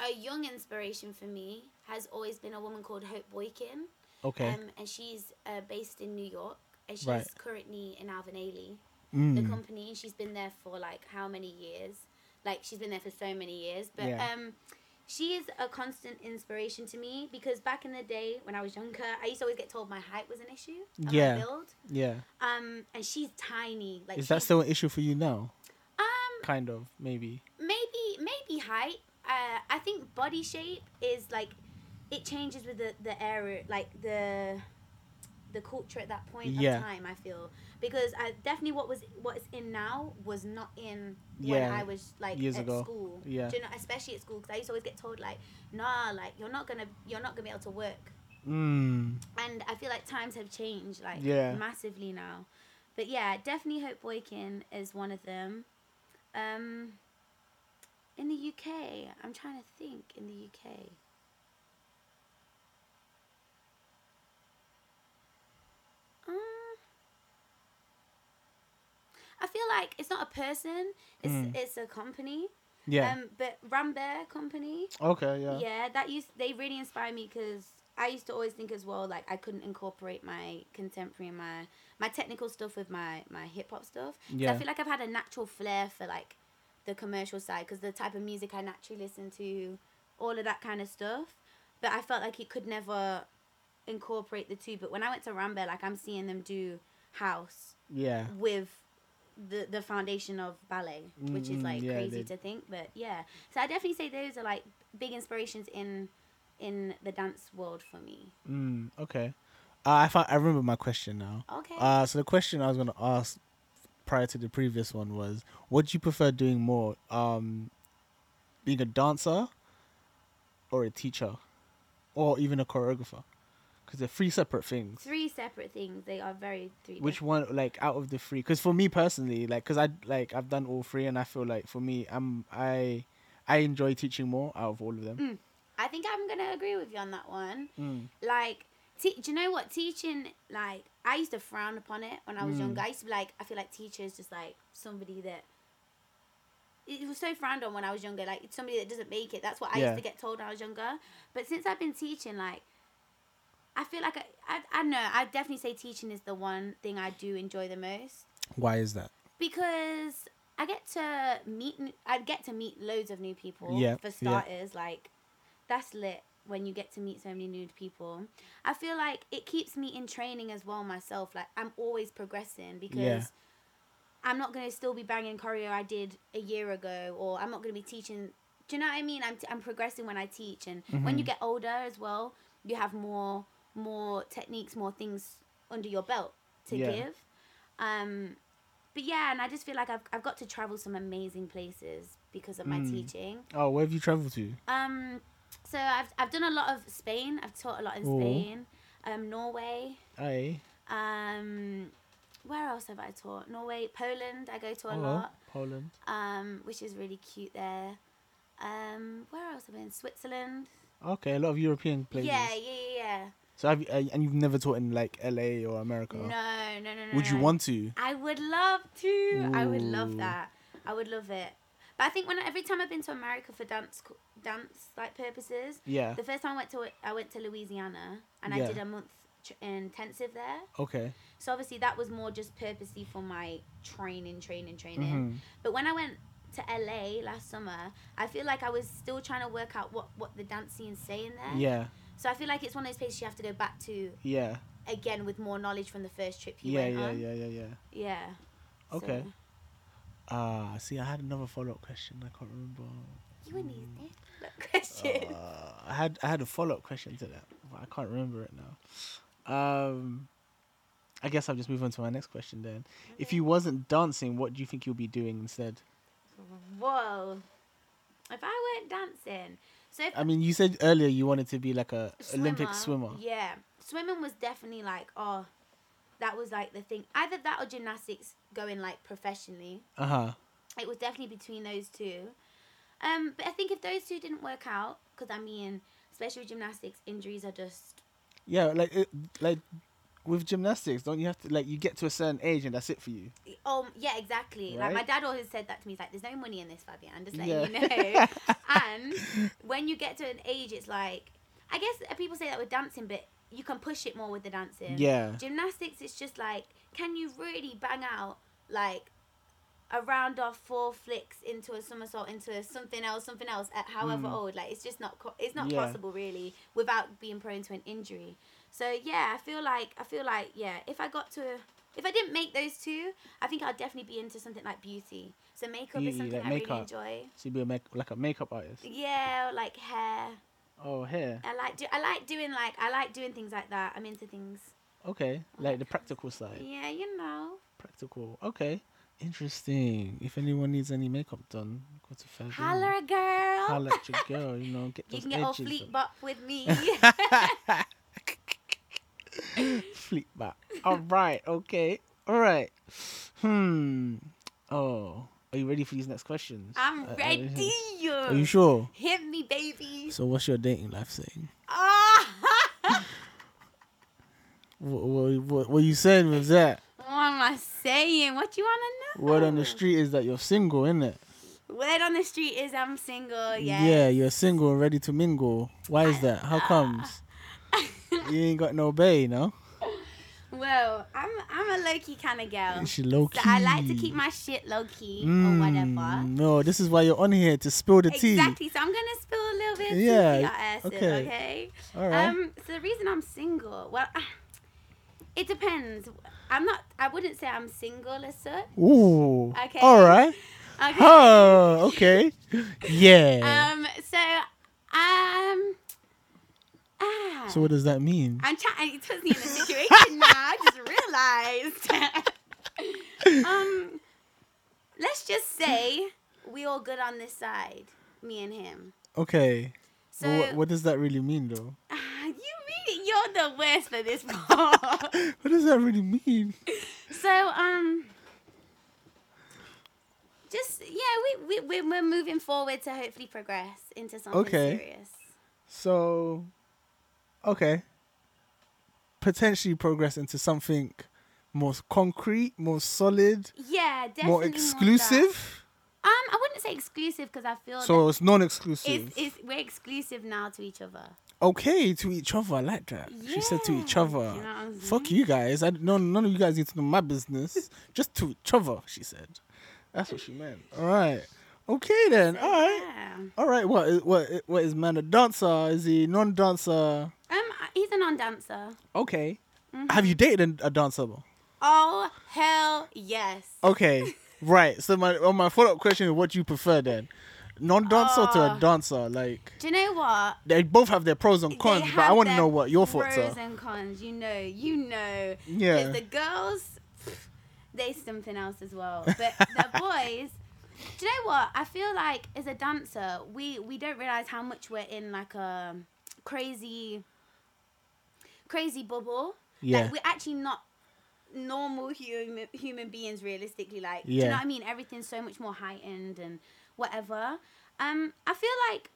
a young inspiration for me has always been a woman called Hope Boykin.
okay.
Um, and she's uh, based in New York, and she's
Right.
currently in Alvin Ailey, the
Mm,
company, and she's been there for like how many years? Like she's been there for so many years, but
Yeah.
um. She is a constant inspiration to me because back in the day when I was younger, I used to always get told my height was an issue. and my
Yeah.
build.
yeah.
Um, and she's tiny. Like
Is that
she's-
still an issue for you now?
Um,
Kind of, maybe.
maybe maybe height. Uh, I think body shape is like it changes with the the era, like the the culture at that point
Yeah.
of time. I feel because I definitely what was what is in now was not in when
Yeah,
I was like
years
at
ago.
school.
Yeah.
Do you know, especially at school because I used to always get told like, nah, like you're not gonna you're not gonna be able to work.
Mm,
And I feel like times have changed like
Yeah.
massively now. But yeah, definitely Hope Boykin is one of them. Um, in the UK, I'm trying to think. In the UK, um, I feel like it's not a person; it's
Mm.
it's a company.
yeah.
Um, but Rambear Company.
okay. Yeah.
Um, Yeah. that used they really inspire me because I used to always think as well like I couldn't incorporate my contemporary and my my technical stuff with my my hip hop stuff. 'Cause
Yeah.
I feel like I've had a natural flair for like the commercial side because the type of music I naturally listen to, all of that kind of stuff. But I felt like it could never incorporate the two. But when I went to Rambe, like I'm seeing them do house
Yeah.
with the the foundation of ballet, which is
Mm,
like
yeah,
crazy
they-
to think, but yeah. So I definitely say those are like big inspirations in in the dance world for me.
Mm, okay. Uh, I found, I remember my question now.
Okay.
Uh, so the question I was gonna ask prior to the previous one was, what do you prefer doing more, um, being a dancer, or a teacher, or even a choreographer? Because they're three separate things.
three separate things. They are very three.
Which one, like, out of the three? Because for me personally, like, because I like I've done all three, and I feel like for me, I'm I I enjoy teaching more out of all of them.
Mm. I think I'm gonna agree with you on that one.
Mm.
Like, te- do you know what teaching? Like, I used to frown upon it when I was younger. I used to be like, I feel like teachers just like somebody that. It was so frowned on when I was younger, like it's somebody that doesn't make it. That's what I
Yeah.
used to get told when I was younger. But since I've been teaching, like, I feel like I, I, I don't know. I definitely say teaching is the one thing I do enjoy the most
Why is that?
because I get to meet n- I get to meet loads of new people
Yeah,
for
yeah.
starters like that's lit when you get to meet so many new people I feel like it keeps me in training as well myself like I'm always progressing because I'm not going to still be banging choreo I did a year ago or I'm not going to be teaching do you know what I mean I'm, t- I'm progressing when I teach and
Mm-hmm.
when you get older as well you have more more techniques more things under your belt to
Yeah.
give um but yeah, and I just feel like I've, I've got to travel some amazing places because of my
Mm.
teaching.
Oh, where have you traveled to?
Um, so I've, I've done a lot of Spain. I've taught a lot in
Ooh.
Spain, um, Norway.
I
Um, where else have I taught? Norway, Poland. I go to a
oh, well,
lot,
Poland.
um, which is really cute there. Um, where else have I been? Switzerland.
Okay, a lot of European places.
Yeah, yeah, yeah, yeah.
So have you, uh, and you've never taught in like LA or America?
No, no, no, no.
Would you
no.
want to?
I would love to. I would
Ooh.
love that. I would love it. But I think when every time I've been to America for dance co- dance like purposes,
Yeah.
the first time I went to I went to Louisiana and
Yeah.
I did a month tr- intensive there.
Okay.
So obviously that was more just purposely for my training, training, training.
Mhm.
But when I went to LA last summer, I feel like I was still trying to work out what what the dance scene's saying there.
Yeah.
So I feel like it's one of those places you have to go back to
Yeah.
again with more knowledge from the first trip you
Yeah.
went
Yeah.
on.
Yeah. Yeah. Yeah.
Yeah.
Okay.
So-
Ah, see, I had another follow up question. I can't remember.
you in these difficult questions?
Uh, I had I had a follow up question to that, but I can't remember it now. Um, I guess I'll just move on to my next question then. If
Mm-hmm.
you wasn't dancing, what do you think you'll be doing instead? Oh,
Whoa. If I weren't dancing, so if
I mean, you said earlier you wanted to be like a Olympic swimmer.
Yeah, swimming was definitely like oh, that was like the thing. Either that or gymnastics going like professionally.
Uh huh.
It was definitely between those two. Um, but I think if those two didn't work out, because I mean, especially with gymnastics, injuries are just
Yeah, like it, like with gymnastics, don't you have to like you get to a certain age and that's it for you.
Um, yeah, exactly. Like
Right?
my dad always said that to me. He's like, "There's no money in this, Fabian. Just letting
Yeah.
you know." and when you get to an age, it's like, I guess uh, people say that with dancing, but you can push it more with the dancing.
Yeah.
Gymnastics, it's just like, can you really bang out like a round of four flicks into a somersault into something else, something else at however old? Like, it's just not, co- it's not
Mm. Yeah.
possible really without being prone to an injury. So yeah, I feel like I feel like yeah, if I got to if I didn't make those two, I think I'd definitely be into something like beauty. So makeup
Beauty,
is something
like
I
makeup.
really enjoy.
So you'd be a make, like a makeup artist.
Yeah, or, like hair.
Oh, hair.
I like do I like doing like I like doing things like that. I'm into things.
Okay, like the practical side.
Yeah, you know.
Practical. Okay. Interesting. If anyone needs any makeup done, go to Fabian.
Holler girl.
Mm. Holla at your girl. You know, get
you
those
can get all
edges
fleet
up.
bop with me.
Fleet back. All right. Okay. All right. Hmm. Oh, are you ready for these next questions?
I'm
Are- are-
ready.
Uh, Are you sure?
Hit me, baby.
So, what's your dating life saying?
Ah.
What, what, what, what you saying with that?
What am I saying? What you wanna know?
Word on the street is that you're single, innit?
Word on the street is I'm single.
Yeah,
Yeah.
you're single and ready to mingle. Why is that? How comes? you ain't got no bay, no?
Well, I'm I'm a low key kind of girl.
She low key.
So I like to keep my shit low key or
Mm,
whatever.
No, this is why you're on here to spill the
Exactly. So I'm gonna spill a little bit of tea
Yeah,
for your asses,
okay.
okay?
tea. All right.
Um. So the reason I'm single, well, it depends. I'm not. I wouldn't say I'm single as such.
Ooh.
okay.
All right.
Okay.
Oh, okay. Yeah.
Um. So, um. Ah.
so what does that mean?
I'm trying. It puts me in a situation now. I just realized. um, let's just say we all good on this side, me and him.
Okay.
So
Wha- what does that really mean, though?
Ah, you really, you're the worst for this part.
What does that really mean?
so um, just yeah, we we we're, we're moving forward to hopefully progress into something
Okay.
serious.
So, okay. Potentially progress into something more concrete, more solid,
Yeah, definitely
more
that.
exclusive.
um, I wouldn't say exclusive because I feel that
so it's non-exclusive.
it's, it's, we're exclusive now to each other.
okay to each other. I like that. She said to each
Yeah,
other.
you know what I'm
Fuck you guys. I no none of you guys need to know my business. Just to each other. She said. That's what she meant. All right. Okay then. All right.
Yeah.
All right. What is, what i- what is man a dancer? Is he non-dancer?
Um, he's a non-dancer.
Okay.
Mm-hmm.
Have you dated a, a dancer?
Oh hell yes.
Okay. right. So my well, my follow up question is what do you prefer then? Non-dancer to a
Oh.
dancer? Like
Do you know what?
they both have their pros and
They
cons, but
have
I want to
their
know what your thoughts
pros
are.
and cons. You know, you know. 'Cause
Yeah.
The girls, pff, they something else as well. But the boys. Do you know what? I feel like as a dancer, we we don't realize how much we're in like a crazy, crazy bubble.
Yeah.
Like we're actually not normal human human beings realistically like do
Yeah.
you know what I mean everything's so much more heightened and whatever um I feel like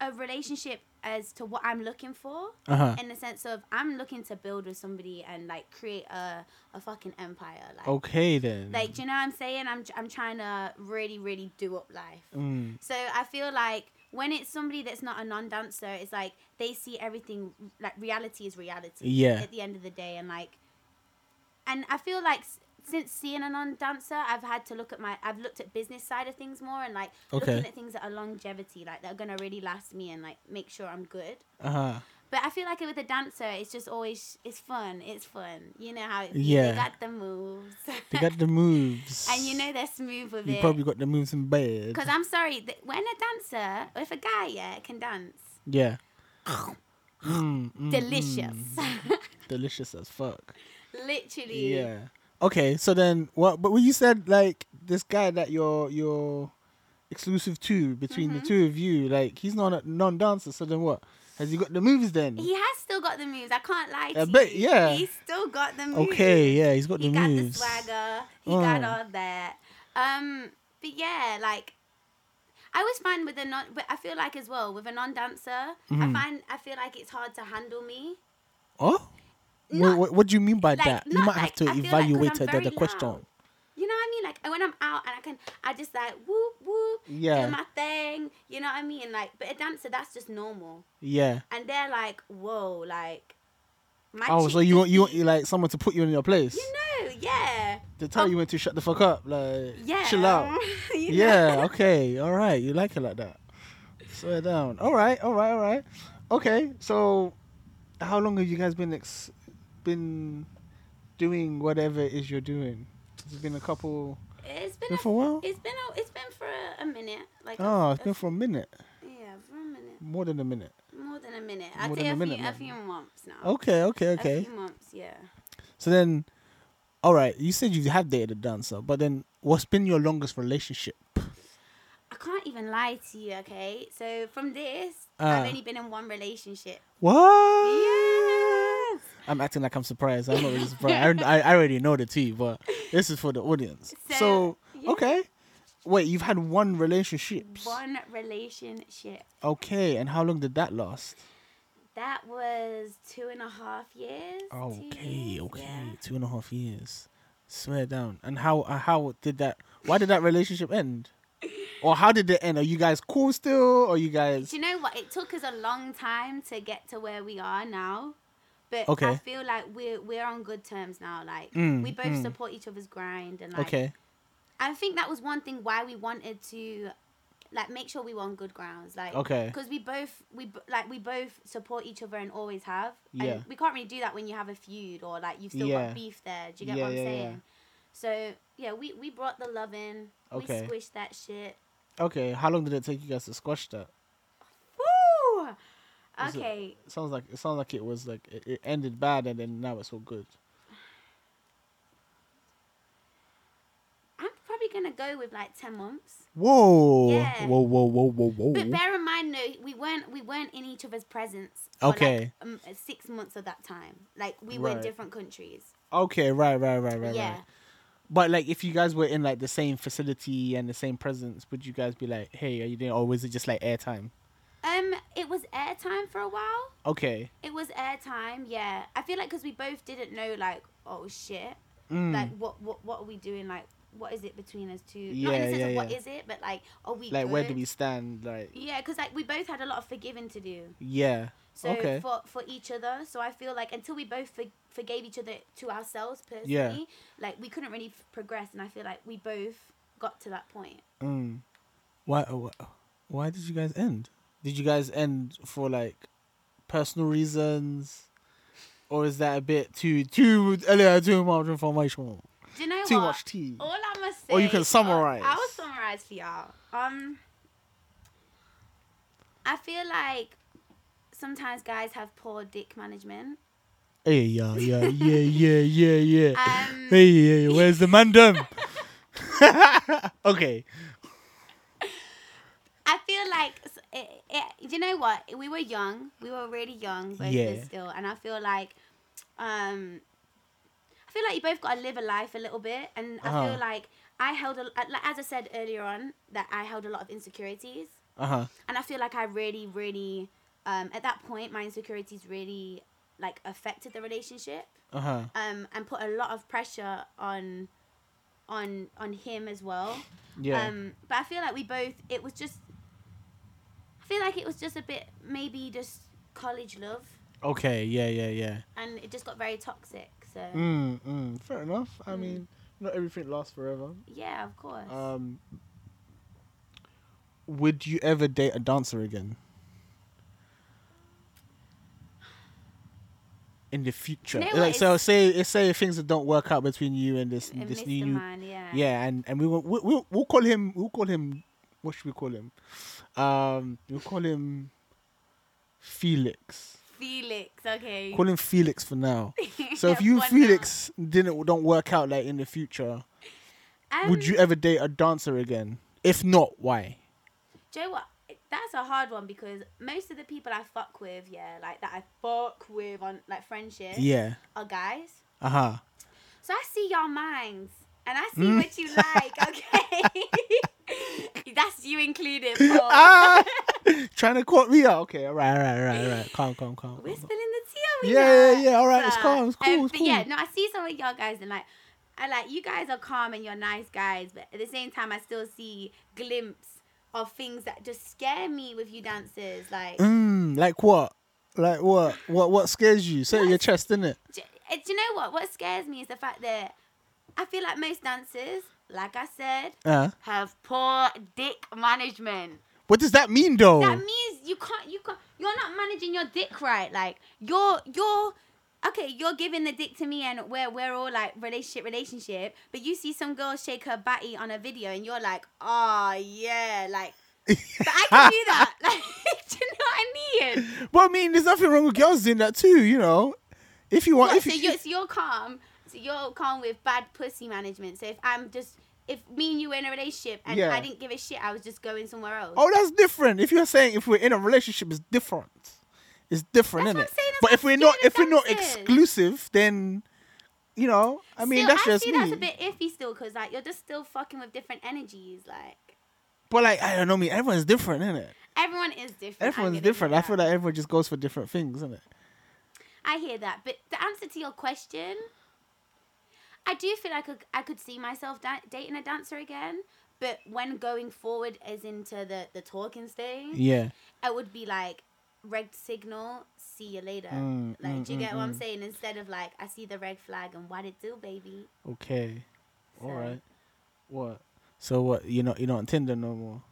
a relationship as to what I'm looking for
Uh huh.
in the sense of I'm looking to build with somebody and like create a, a fucking empire like
Okay then.
like do you know what I'm saying I'm I'm trying to really really do up life
Mm.
so I feel like when it's somebody that's not a non-dancer, it's like they see everything like reality is reality.
Yeah.
At the end of the day, and like, and I feel like s- since seeing a non-dancer, I've had to look at my, I've looked at business side of things more, and like
Okay.
looking at things that are longevity, like that are gonna really last me, and like make sure I'm good.
Uh huh.
But I feel like with a dancer, it's just always it's fun. It's fun. You know how it feels.
Yeah.
They got the moves.
They got the moves.
and you know they're smooth with
you
it.
probably got the moves in bed.
Because I'm sorry, th- when a dancer, if a guy, yeah, can dance,
Yeah. Mm, mm,
delicious.
mm. Delicious as fuck.
Literally.
Yeah. Okay, so then what? But when you said like this guy that you're you're exclusive to between
Mm-hmm.
the two of you, like he's not a non-dancer. So then what? Has he got the moves then?
He has still got the moves. I can't lie to
I bet,
you.
Uh, yeah.
He's still got the moves.
Okay, yeah, he's got
He
the
got
moves.
the swagger. He got
Oh.
all that. Um, but yeah, like I always find with a non, but I feel like as well with a non-dancer, I
Mhm.
find I feel like it's hard to handle me.
Oh,
Not-
what, what, what do you mean by
like,
that? You
not
might
like-
have to
I feel like 'cause
evaluate
I'm
the-
very
the question.
loud. You know what I mean? Like when I'm out and I can, I just like whoop whoop,
Yeah.
do my thing. You know what I mean? Like, but a dancer, that's just normal.
Yeah.
And they're like, whoa, like. My
Oh, so
cheek
you
is
want you want
beat.
like someone to put you in your place
You know, yeah,
to tell
oh.
you when to shut the fuck up, like
yeah.
chill out.
you know?
yeah. Okay. All right. You like it like that. Slow it down. All right. All right. All right. Okay. So, how long have you guys been ex- been doing whatever it is you're doing? It's been a couple.
It's been
Been
a
for a while.
It's been a, it's been for a, a minute, like a-
Oh,
a,
it's been for a minute,
yeah, for a minute,
more than a minute.
more than a minute. I'd
More
say
than a
a,
minute,
few
man.
a few months now.
Okay. Okay. Okay.
Oh. A few months, yeah.
So then, all right, you said you have dated a dancer, but then what's been your longest relationship?
I can't even lie to you, okay? So from this,
Ah.
I've only been in one relationship.
What?
Yes.
I'm acting like I'm surprised. I'm not really surprised. I, I already know the tea, but this is for the audience. So,
So, yeah.
okay. Wait, you've had one relationship.
One relationship.
Okay, and how long did that last?
That was two and a half years. two
Okay,
years,
okay,
yeah.
two and a half years. Swear down. And how uh, how did that? Why did that relationship end? Or how did it end? Are you guys cool still? Or you guys?
Do you know what? It took us a long time to get to where we are now, but
Okay.
I feel like we're we're on good terms now. Like
Mm,
we both
mm.
support each other's grind, and like
Okay.
I think that was one thing why we wanted to like make sure we were on good grounds. Like
Okay.
because we both we b- like we both support each other and always have.
Yeah.
And we can't really do that when you have a feud or like you've still
Yeah.
got beef there. Do you get
Yeah,
what I'm
yeah, yeah.
saying? So yeah, we we brought the love in.
Okay.
We squished that shit.
Okay, how long did it take you guys to squash that?
Woo!
Was it-
Okay.
It sounds like it sounds like it was like it, it ended bad and then now it's all good.
I'm probably gonna go with like ten months.
Whoa!
Yeah.
Whoa! Whoa! Whoa! Whoa! Whoa!
But bear in mind, no, we weren't we weren't in each other's presence. for, like,
Okay.
um, six months of that time, like we were in
Right.
different countries.
okay, right, right, right, right,
yeah.
right. But like, if you guys were in like the same facility and the same presence, would you guys be like, "Hey, are you doing?" Or was it just like airtime?
Um, it was airtime for a while.
Okay.
It was airtime. Yeah. I feel like because we both didn't know, like, oh shit,
Mm.
like what what what are we doing? Like, what is it between us two? Not
Yeah,
in the sense
yeah,
of what
yeah.
is it, but like, are we
like, where do
good?
we stand? Like,
Yeah, because like we both had a lot of forgiving to do.
yeah.
So
Okay.
for for each other, so I feel like until we both for, forgave each other to ourselves personally, like we couldn't really f- progress, and I feel like we both got to that point.
Mm. Why? wh- Why did you guys end? Did you guys end for like personal reasons, or is that a bit too too uh, too much information,
Do you know
too
what?
much tea?
All I must say, um,
Or you can summarize.
I, will summarize for y'all. Um, I feel like sometimes guys have poor dick management.
Hey yeah yeah yeah yeah yeah yeah.
Um,
hey yeah, yeah, where's the mandem? okay.
I feel like s- it, it, you know what we were young. We were really young, both of us
Yeah.
still, and I feel like, um, I feel like you both got to live a life a little bit, and I
Uh-huh.
feel like I held a like, as I said earlier on that I held a lot of insecurities,
Uh huh.
and I feel like I really, really, um, at that point, my insecurities really like affected the relationship,
Uh huh.
um, and put a lot of pressure on, on, on him as well.
Yeah.
Um, but I feel like we both. It was just. I feel like it was just a bit maybe just college love,
okay. Yeah yeah yeah.
and it just got very toxic. So
Mm, mm. Fair enough. I
um, Mm.
mean, not everything lasts forever.
yeah, of course.
Um, would you ever date a dancer again? in the future.
No,
like
it's- Uh,
so, say say if things don't work out between you and this
And
this
Mr.
new new-
Man, yeah.
yeah, and and we will we, we'll, we'll call him we'll call him what should we call him? Um, we'll call him Felix.
Felix, okay.
Call him Felix for now. So if you
For now.
Felix didn't don't work out like in the future,
Um,
would you ever date a dancer again? If not, why?
Do you know what? That's a hard one because most of the people I fuck with, yeah, like that I fuck with on like friendship,
Yeah.
are guys.
Uh huh.
So I see your minds and I see
Mm.
what you like, okay? That's you included, Paul.
Ah, trying to caught me out. Okay, all right, all right, all right, all right. Calm, calm, calm.
We're
calm,
spilling
calm.
the tea, are we
Yeah, yeah,
not?
yeah, all right, it's
But,
calm, it's cool, it's
but yeah,
cool.
no, I see some of y'all guys and like, I like you guys are calm and you're nice guys, but at the same time, I still see glimpse of things that just scare me with you dancers. Like,
Mm, like what? Like what? What? What scares you? Set your chest, innit?
do, uh, do you know what? What scares me is the fact that I feel like most dancers, like I said,
Uh,
have poor dick management.
what does that mean, though?
That means you can't you can't you're not managing your dick right. Like you're you're okay, you're giving the dick to me and we're we're all like relationship relationship, but you see some girl shake her batty on a video and you're like, oh yeah, like but I can do that. Like do you know what I mean?
but I mean, there's nothing wrong with girls doing that too. You know, if you want,
What,
if
so
you,
you're so you're calm. So you're calm with bad pussy management. So if I'm just if me and you were in a relationship and
Yeah.
I didn't give a shit, I was just going somewhere else.
oh, that's different. If you're saying if we're in a relationship, it's different. It's different,
That's
innit?
what I'm saying, that's
But
what
if we're
I'm
not,
scared
if we're not
of dances.
exclusive, then you know, I mean,
still,
that's
I
just
see
me.
that's a bit iffy still because like you're just still fucking with different energies. Like
But like, I don't know, me. Everyone's different, innit?
everyone is different. I'm
Everyone's
gonna do
different. I feel
that.
like everyone just goes for different things, isn't it?
Mm-hmm. I hear that, but the answer to your question, I do feel like I could, I could see myself da- dating a dancer again. But when going forward, as into the the talking stage,
Yeah.
it would be like red signal. See you later.
Mm,
like,
mm,
do you
mm,
get what I'm
mm.
saying? Instead of like, I see the red flag and what it do, baby.
Okay.
So-
All right. What? So what? You're not you're not on Tinder no more.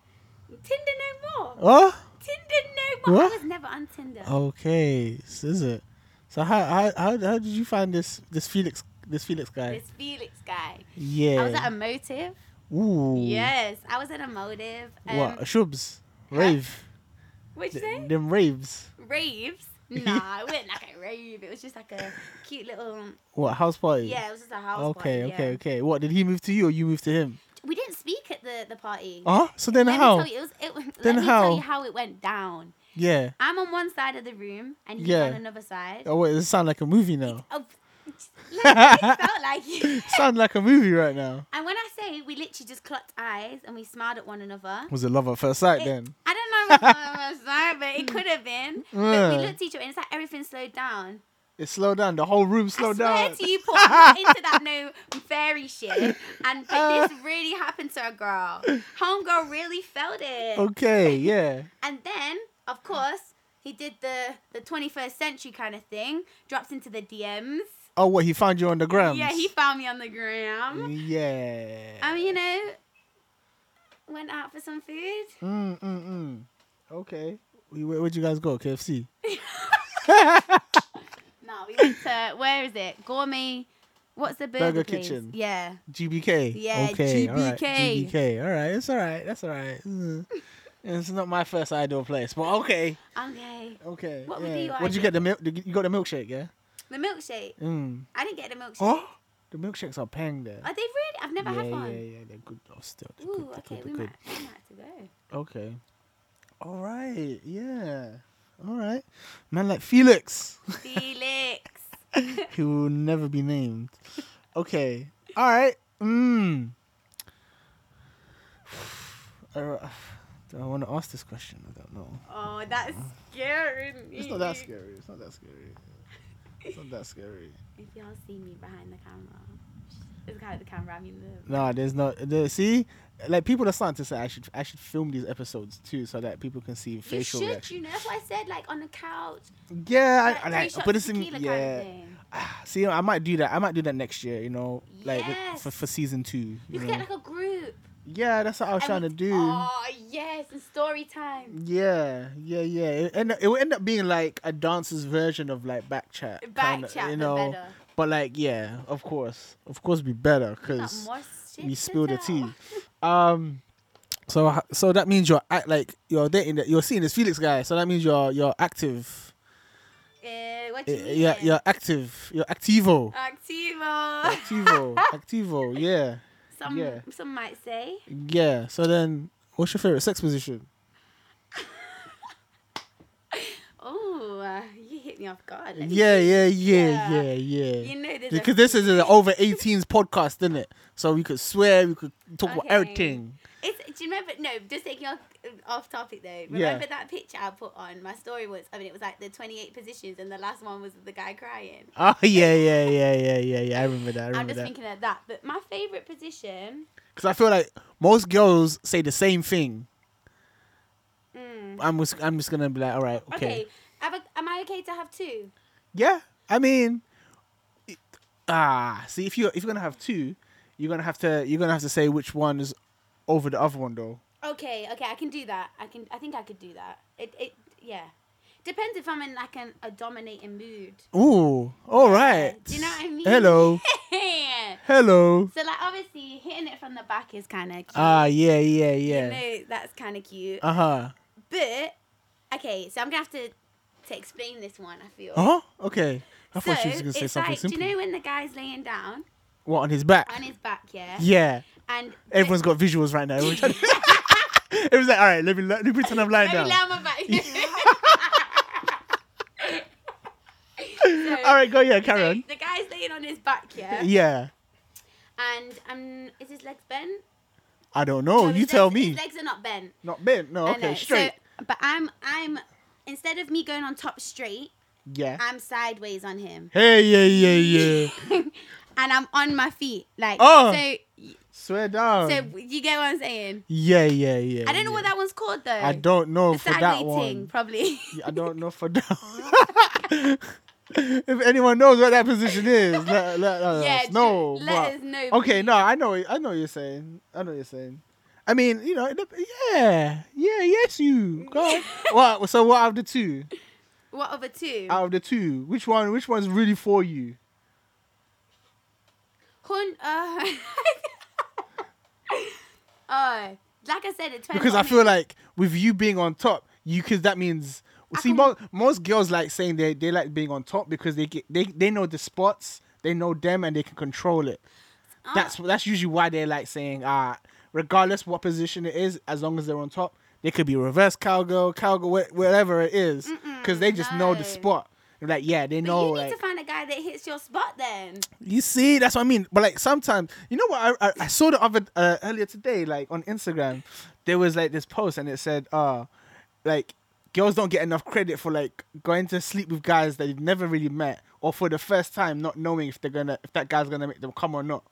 Tinder no more.
Oh.
Tinder no more.
What?
I was never on Tinder.
Okay. So is it? So how how how, how did you find this this Felix this Felix guy?
This Felix guy.
yeah.
I was at a motive.
Ooh.
Yes, I was at a motive. Um,
what? Shubs. Rave.
What'd you
Th-
say?
them raves.
Raves? Nah, it wasn't like a rave. It was just like a cute little.
What house party?
Yeah, it was just a house
Okay.
party.
okay.
yeah.
Okay. What did he move to you or you moved to him?
We didn't speak at the the party.
Huh? So Oh, then
Let
how?
Me tell you, it was, it was,
Then
let me
how?
tell you how it went down.
Yeah.
I'm on one side of the room and he's
Yeah.
on another side.
Oh wait, this sound like a movie now.
Oh, like, it felt like it.
sound like a movie right now.
And when I say we literally just clocked eyes and we smiled at one another.
Was it love at first sight
It-
then?
I don't know if I'm sorry, but it could have been. But
Yeah.
we looked at each other and it's like everything slowed down.
It slowed down. The whole room slowed
I swear
down.
to you, Paul, I'm not into that no fairy shit. And
Uh.
but this really happened to a girl. Homegirl really felt it.
Okay, yeah.
And then, of course, he did the the 21st century kind of thing. Drops into the DMs.
Oh, what? He found you on the ground.
Yeah, he found me on the gram.
Yeah.
Um, you know, went out for some food.
Mm, mm, mm. Okay. We- Where, where'd you guys go? KFC.
No, we went to where is it? Gourmet. What's the burger,
Burger
place?
Kitchen.
Yeah.
GBK.
Yeah,
okay, all right,
GBK.
GBK. All right. It's all right. That's all right. Mm. It's not my first ideal place, but okay.
Okay.
Okay.
What would
yeah.
be your
What'd you
ideal
get? The milk? You got the milkshake, yeah?
The milkshake.
Mm.
I didn't get the milkshake.
Oh, the milkshakes are pang there.
Are they really? I've never
yeah,
had one.
yeah, yeah. They're good. Oh, still. They're
Ooh,
good. They're
okay.
good.
We
They're
might,
good.
we might have to go.
Okay. All right. Yeah. All right. Man like Felix,
Felix.
who will never be named. Okay. All right. Mm. I, do I want to ask this question? I don't know.
Oh, that's scary.
It's not that scary. It's not that scary. It's not that scary.
If y'all see me behind the camera, it's kind of the camera. I mean, the,
No, there's not. There, see, like people are starting to say I should I should film these episodes too, so that people can see
you
facial
should.
reaction.
You know, that's what I said. Like on the couch.
Yeah,
like,
I, I
three
like,
shots
but
of
it's in,
tequila kind of
yeah.
thing.
Ah, See, I might do that. I might do that next year. You know, like with-
Yes.
for, for season two.
You
You
could
know?
get like a group.
Yeah, that's Mm. what I was
And
trying to
we-
do.
Oh yes, and story time.
Yeah, yeah, yeah. It, and it will end up being like a dancer's version of like back chat.
Back
kinda,
chat,
you
but
know.
better.
But like, yeah, of course, of course, be better
Got
because
more shit
we
to
spilled the
tell.
tea. Um, so h- so that means you're act like you're dating. The, you're seeing this Felix guy. So that means you're you're active.
Uh, what
Eh,
you
eh,
mean?
You're you're active. You're activo.
Activo.
Activo. activo. Yeah.
some
yeah.
some might say.
Yeah. So then, what's your favorite sex position?
Oh, uh, you hit me off guard. Let me
Yeah,
think.
yeah, yeah,
Yeah.
yeah, yeah.
You know there's
Because
a,
this is an over 18s podcast, isn't it? So we could swear, we could talk about
Okay.
everything.
it's, do you remember? No, just taking off off topic though.
Yeah.
Remember that picture I put on? My story was, I mean, it was like the twenty eight positions, and the last one was the guy crying.
Oh, yeah, yeah, yeah, yeah, yeah, yeah. I remember that. I
I'm
remember
just
that.
thinking of that. But my favorite position,
Because I feel like most girls say the same thing.
mm,
I'm just, I'm just going to be like, all right, okay.
okay. Have a, am I okay to have two?
Yeah. I mean, it- ah, see, if you're, if you're going to have two, you're going to have to, you're going to have to say which one is over the other one, though.
Okay, okay, I can do that. I can. I think I could do that. It, it, yeah. Depends if I'm in like an, a dominating mood.
Ooh, all
Yeah,
right.
do you know what I mean?
Hello. Hello.
so like obviously hitting it from the back is kind of cute.
Ah, yeah, yeah,
You
yeah.
know that's kind of cute.
Uh huh.
But okay, so I'm gonna have to to explain this one. I feel.
Huh? Uh-huh. Okay. Oh, I
so
thought she was going to say
it's
something
like,
simple.
do you know when the guy's laying down
What on his back?
on his back, yeah,
yeah,
and
everyone's got visuals right now. Everyone's trying to- it was like, all right, let me let me pretend I'm lying
Let
down.
me lay on my back. So-
All right, go yeah,
so
Karen.
the guy's laying on his back, yeah,
Yeah,
and um, is his legs bent?
I don't know.
No,
Oh, you
his
tell
legs-
me.
His legs are not bent.
Not bent. No,
I
okay,
know.
straight.
So, but I'm I'm instead of me going on top straight,
yeah.
I'm sideways on him,
hey, yeah, yeah, yeah.
and I'm on my feet. Like
Oh.
so,
Swear down.
so you get what I'm saying.
yeah, yeah, Oh. yeah.
I don't know
yeah.
what that one's called though.
I don't know
The
for
side
that
weighting,
one.
probably.
I don't know for that. one. if anyone knows what that position is, let, let us
yeah,
know.
ju-
but-
let us know.
Okay, no, I know, I know what you're saying. I know what you're saying. I mean, you know, it dep- yeah, yeah, yes, you. Go on. what? So, what out of the two?
What other two?
Out of the two, which one? Which one's really for you?
Hun- uh, oh, like I said, it depends.
Because
on
I
me.
feel like with you being on top, you because that means. See,
can-
mo- most girls like saying they, they like being on top because they get they, they know the spots, they know them, and they can control it.
Oh,
That's that's usually why they like saying, ah, regardless what position it is, as long as they're on top, they could be reverse cowgirl, cowgirl, wha- whatever it is, because they just know
no.
the spot. They're like, yeah, they
but
know.
you need
like,
to find a guy that hits your spot then.
you see, that's what I mean. But like sometimes, you know what? I I, I saw the other uh, earlier today, like on Instagram, there was like this post and it said, uh, like girls don't get enough credit for like going to sleep with guys that they've never really met or for the first time not knowing if they're gonna if that guy's gonna make them come or not.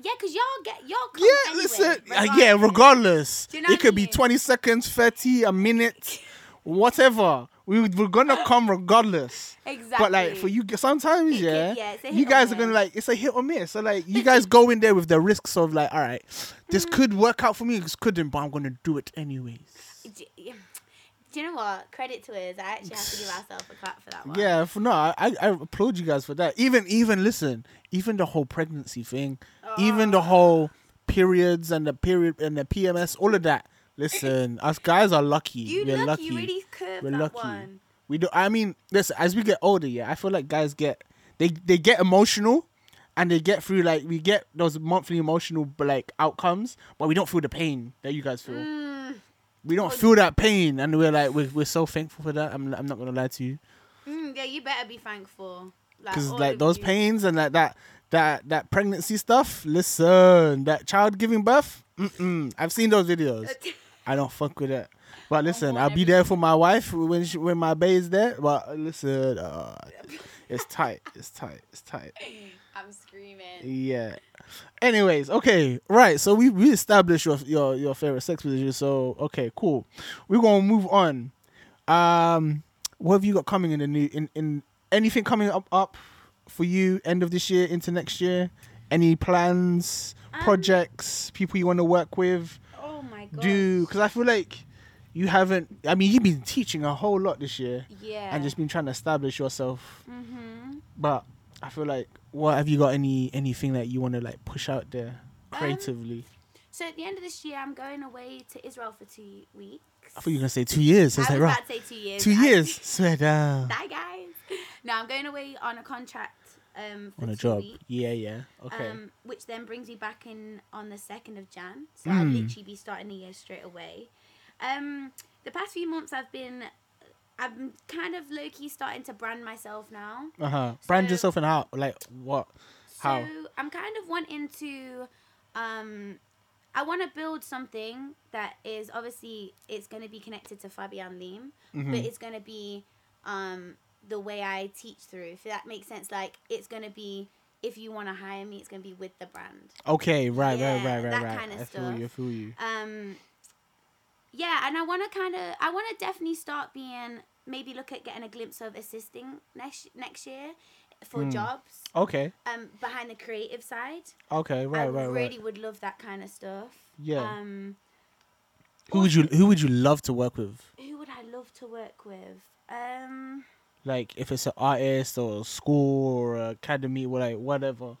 Yeah, because y'all get y'all come
Yeah,
anyway,
listen. uh,
regardless.
yeah, regardless.
Do you know
it could be
what I
20
mean?
seconds, 30, a minute, whatever. We, would- we're going to come regardless.
Exactly.
But, like, for you, g- sometimes,
It could-
yeah,
yeah, it's a
you
hit or
guys are going to,
miss.
like, it's a hit or miss. So, like, you guys go in there with the risks of, like, all right, this
Mm.
could work out for me, this couldn't, but I'm going to do it anyways.
Do, do you know what? Credit to us. I actually have to give ourselves a clap for that one.
Yeah, for no, I, I I applaud you guys for that. Even even listen, even the whole pregnancy thing, even the
Oh.
whole periods and the period and the PMS, all of that. Listen, us guys are lucky.
You
We're
lucky.
lucky.
You really curved
We're
that
lucky.
one.
We do. I mean, listen. As we get older, yeah, I feel like guys get they they get emotional, and they get through like we get those monthly emotional but, like outcomes, but we don't feel the pain that you guys feel.
Mm.
We don't feel that pain, and we're like we're, we're so thankful for that. I'm I'm not gonna lie to you
Mm, yeah, you better be thankful.
because
all
like
of
those
you.
pains and like that that that pregnancy stuff. Listen, that child giving birth. Mm-mm, I've seen those videos. I don't fuck with that. But listen,
want
I'll be there for my wife when she, when my bae's there. But listen, uh, it's tight. It's tight. It's tight.
I'm screaming.
Yeah. Anyways, okay, right. So we we established your your your favorite sex position. So okay, cool. We're gonna move on. Um, what have you got coming in the new in in anything coming up up for you end of this year into next year? Any plans?
Um,
projects, people you want to work with,
Oh my god.
do because I feel like you haven't. I mean, you've been teaching a whole lot this year
Yeah.
and just been trying to establish yourself.
Mhm.
But I feel like, what have you got? Any anything that you want to like push out there
Um,
creatively?
So at the end of this year, I'm going away to Israel for two weeks.
I thought you were gonna say two years. I was
I
like,
was
right,
about to say two years.
two
I-
years. Swear down
Bye guys. No, I'm going away on a contract. Um, for
on a
two
job.
weeks.
Yeah, yeah. Okay.
Um, which then brings me back in on the 2nd of Jan. So I'll
Mm.
literally be starting the year straight away. Um, the past few months I've been, I'm kind of low key starting to brand myself now.
uh huh. Brand
so-
yourself and how? Like what? How?
So I'm kind of wanting to, um, I want to build something that is obviously it's going to be connected to Fabian Lim,
Mm-hmm. Hmm.
but it's going to be um, the way I teach through. If that makes sense, like it's going to be if you want to hire me, it's going to be with the brand.
Okay. Right. right.
yeah,
Right. Right.
that
right.
kinda
I feel you. I
stuff.
feel you.
Um, yeah, and I want to kind of, I want to definitely start being maybe look at getting a glimpse of assisting next next year for jobs
Okay.
um behind the creative side
Okay. Right.
I
right.
really
Right.
would love that kind of stuff.
Yeah.
Um,
Who would you? Who would you love to work with?
who would I love to work with? Um,
like if it's an artist or a school or a academy or like whatever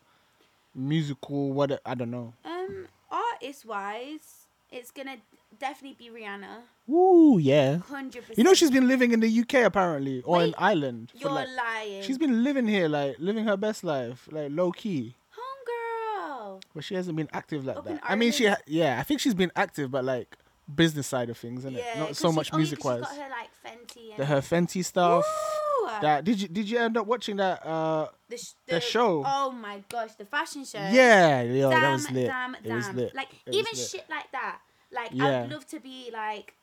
musical what i don't know
um, artist wise, it's gonna definitely be Rihanna.
Woo, yeah
Hundred percent.
you know she's been living in the uk apparently or in
Wait,
ireland for
You're
like,
lying.
she's been living here like living her best life like low-key
homegirl.
but she hasn't been active like
Up in
that i mean she ha-
Ireland?
yeah i think she's been active but like business side of things isn't
Yeah,
it not
'cause
so
she-
much
only
music
'cause
wise
She got her like Fenty and
the her fenty stuff
Ooh,
that did you did you end up watching that uh
the, sh-
the show.
Oh my gosh, the fashion show.
yeah yo,
damn,
that was lit
damn,
it was
damn.
lit
Like
It was
even
lit.
shit like that. Like
Yeah.
I'd love to be like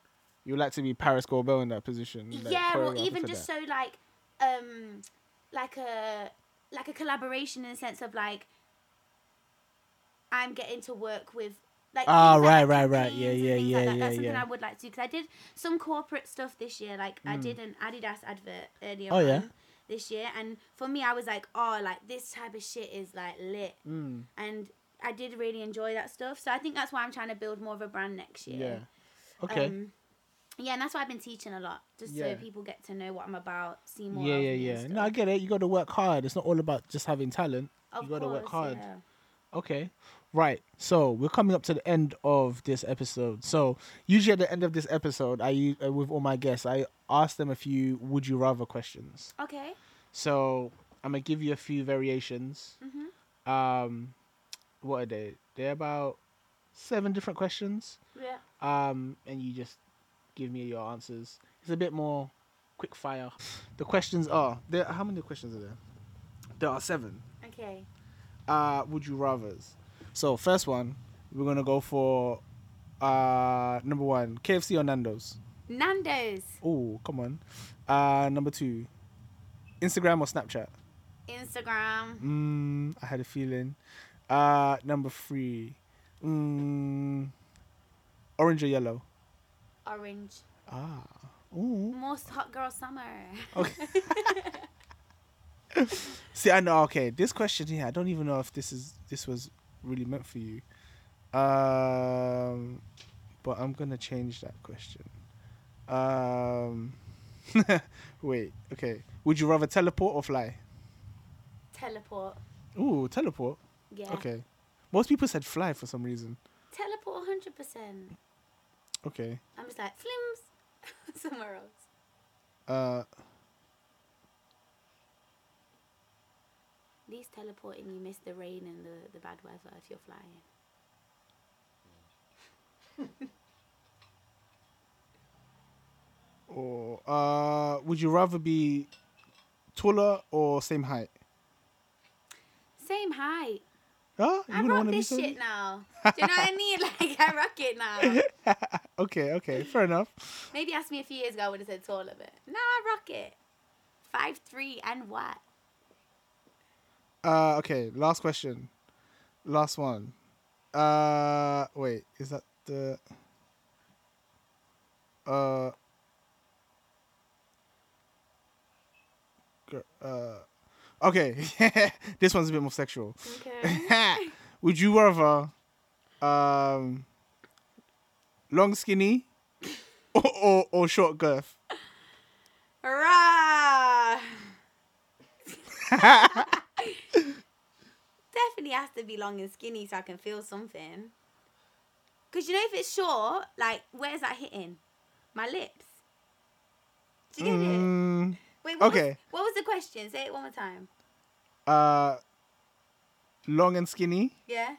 You would like to be Paris Gorbel in that position. like,
yeah or
choreographer
even
for
just
that.
so like um like a like a collaboration in the sense of like i'm getting to work with like
Ah,
things like
right,
that,
right, right. Yeah,
campaigns and
yeah,
things like
yeah, yeah,
that. that's something
yeah. Hmm.
i would like to because i did some corporate stuff this year like i did an adidas advert earlier
Oh, yeah?
on this year and for me i was like oh like this type of shit is like lit
Mm,
and i did really enjoy that stuff so i think that's why i'm trying to build more of a brand next year
yeah. Okay.
um, yeah, and that's why I've been teaching a lot, just
Yeah.
so people get to know what I'm about, see more.
yeah,
of
yeah,
me
yeah.
and
No, I
stuff.
get it. You got to work hard. It's not all about just having talent.
Of
you got to work
course,
hard.
yeah.
Okay. Right. So we're coming up to the end of this episode. So usually at the end of this episode, I u- uh, with all my guests, I ask them a few "Would you rather" questions.
Okay.
So I'm gonna give you a few variations.
Mhm.
Um, what are they? They're about seven different questions.
Yeah.
um, and you just give me your answers. It's a bit more quick fire. The questions are there. How many questions are there? There are seven.
Okay.
Uh, would you rather's? So first one, we're gonna go for uh number one, KFC or Nando's.
Nando's
Oh, come on. Uh, number two, Instagram or Snapchat.
Instagram.
Mm, I had a feeling. Uh, number three, mm, orange or yellow.
Orange.
Ah, ooh.
Most hot girl summer.
Okay. See, I know. Okay, this question here, I don't even know if this is this was really meant for you, um, but I'm gonna change that question. Um, wait. Okay. Would you rather teleport or fly?
Teleport.
Ooh, teleport.
Yeah.
Okay. Most people said fly for some reason.
Teleport 100%.
Okay.
I'm just like, flims. Somewhere else.
Uh,
At least teleporting, you miss the rain and the, the bad weather if you're flying.
or uh, would you rather be taller or same height?
Same height.
Huh? You
I
wouldn't
rock
wanna be
this
taller?
shit now. Do you know what I mean? Like, I rock it now.
okay, okay, fair enough.
Maybe ask me a few years ago, I would have said taller, but now I rock it. Five three and what?
Uh, okay, last question, last one. Uh, wait, is that the? Uh. gr- Uh, okay, this one's a bit more sexual.
Okay.
Would you rather um, long skinny or, or, or short girth?
Hurrah! Definitely has to be long and skinny so I can feel something. Because you know, if it's short, like, where's that hitting? My lips. Do you get it?
Mm,
Wait, what Was,
okay.
what was the question? Say it one more time.
uh, long and skinny
Yeah?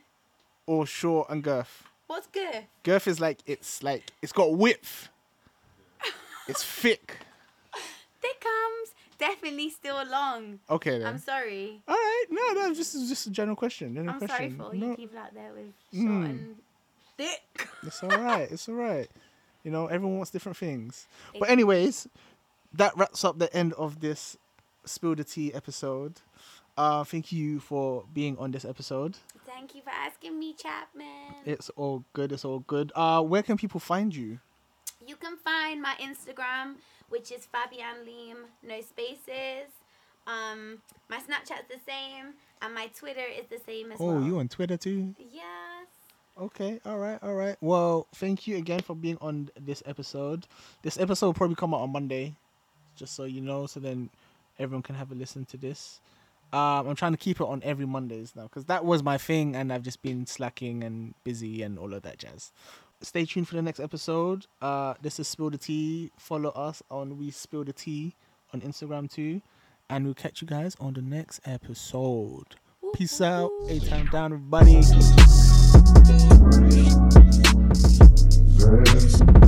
or short and girth?
What's girth?
Girth is like it's like it's got width. It's thick.
Thick arms, definitely still long.
Okay then.
I'm sorry.
All right. No, no. Just just a general question. General
I'm sorry
question.
for all
no,
you people out there with short
Mm.
and thick.
It's all right. It's all right. You know, everyone wants different things. But anyways, that wraps up the end of this spill the tea episode. Uh, thank you for being on this episode.
Thank you for asking me, Chapman.
It's all good. It's all good. Uh, where can people find you?
You can find my Instagram, which is Fabian Leem, no spaces. Um, my Snapchat's the same, and my Twitter is the same as well.
Oh, you on Twitter too?
Yes.
Okay, all right, all right. Well, thank you again for being on this episode. This episode will probably come out on Monday, just so you know, so then everyone can have a listen to this. Um, I'm trying to keep it on every Mondays now because that was my thing, and I've just been slacking and busy and all of that jazz. Stay tuned for the next episode. Uh, this is Spill the Tea. Follow us on We Spill the Tea on Instagram too, and we'll catch you guys on the next episode. Peace out. A time down, everybody.
Friends.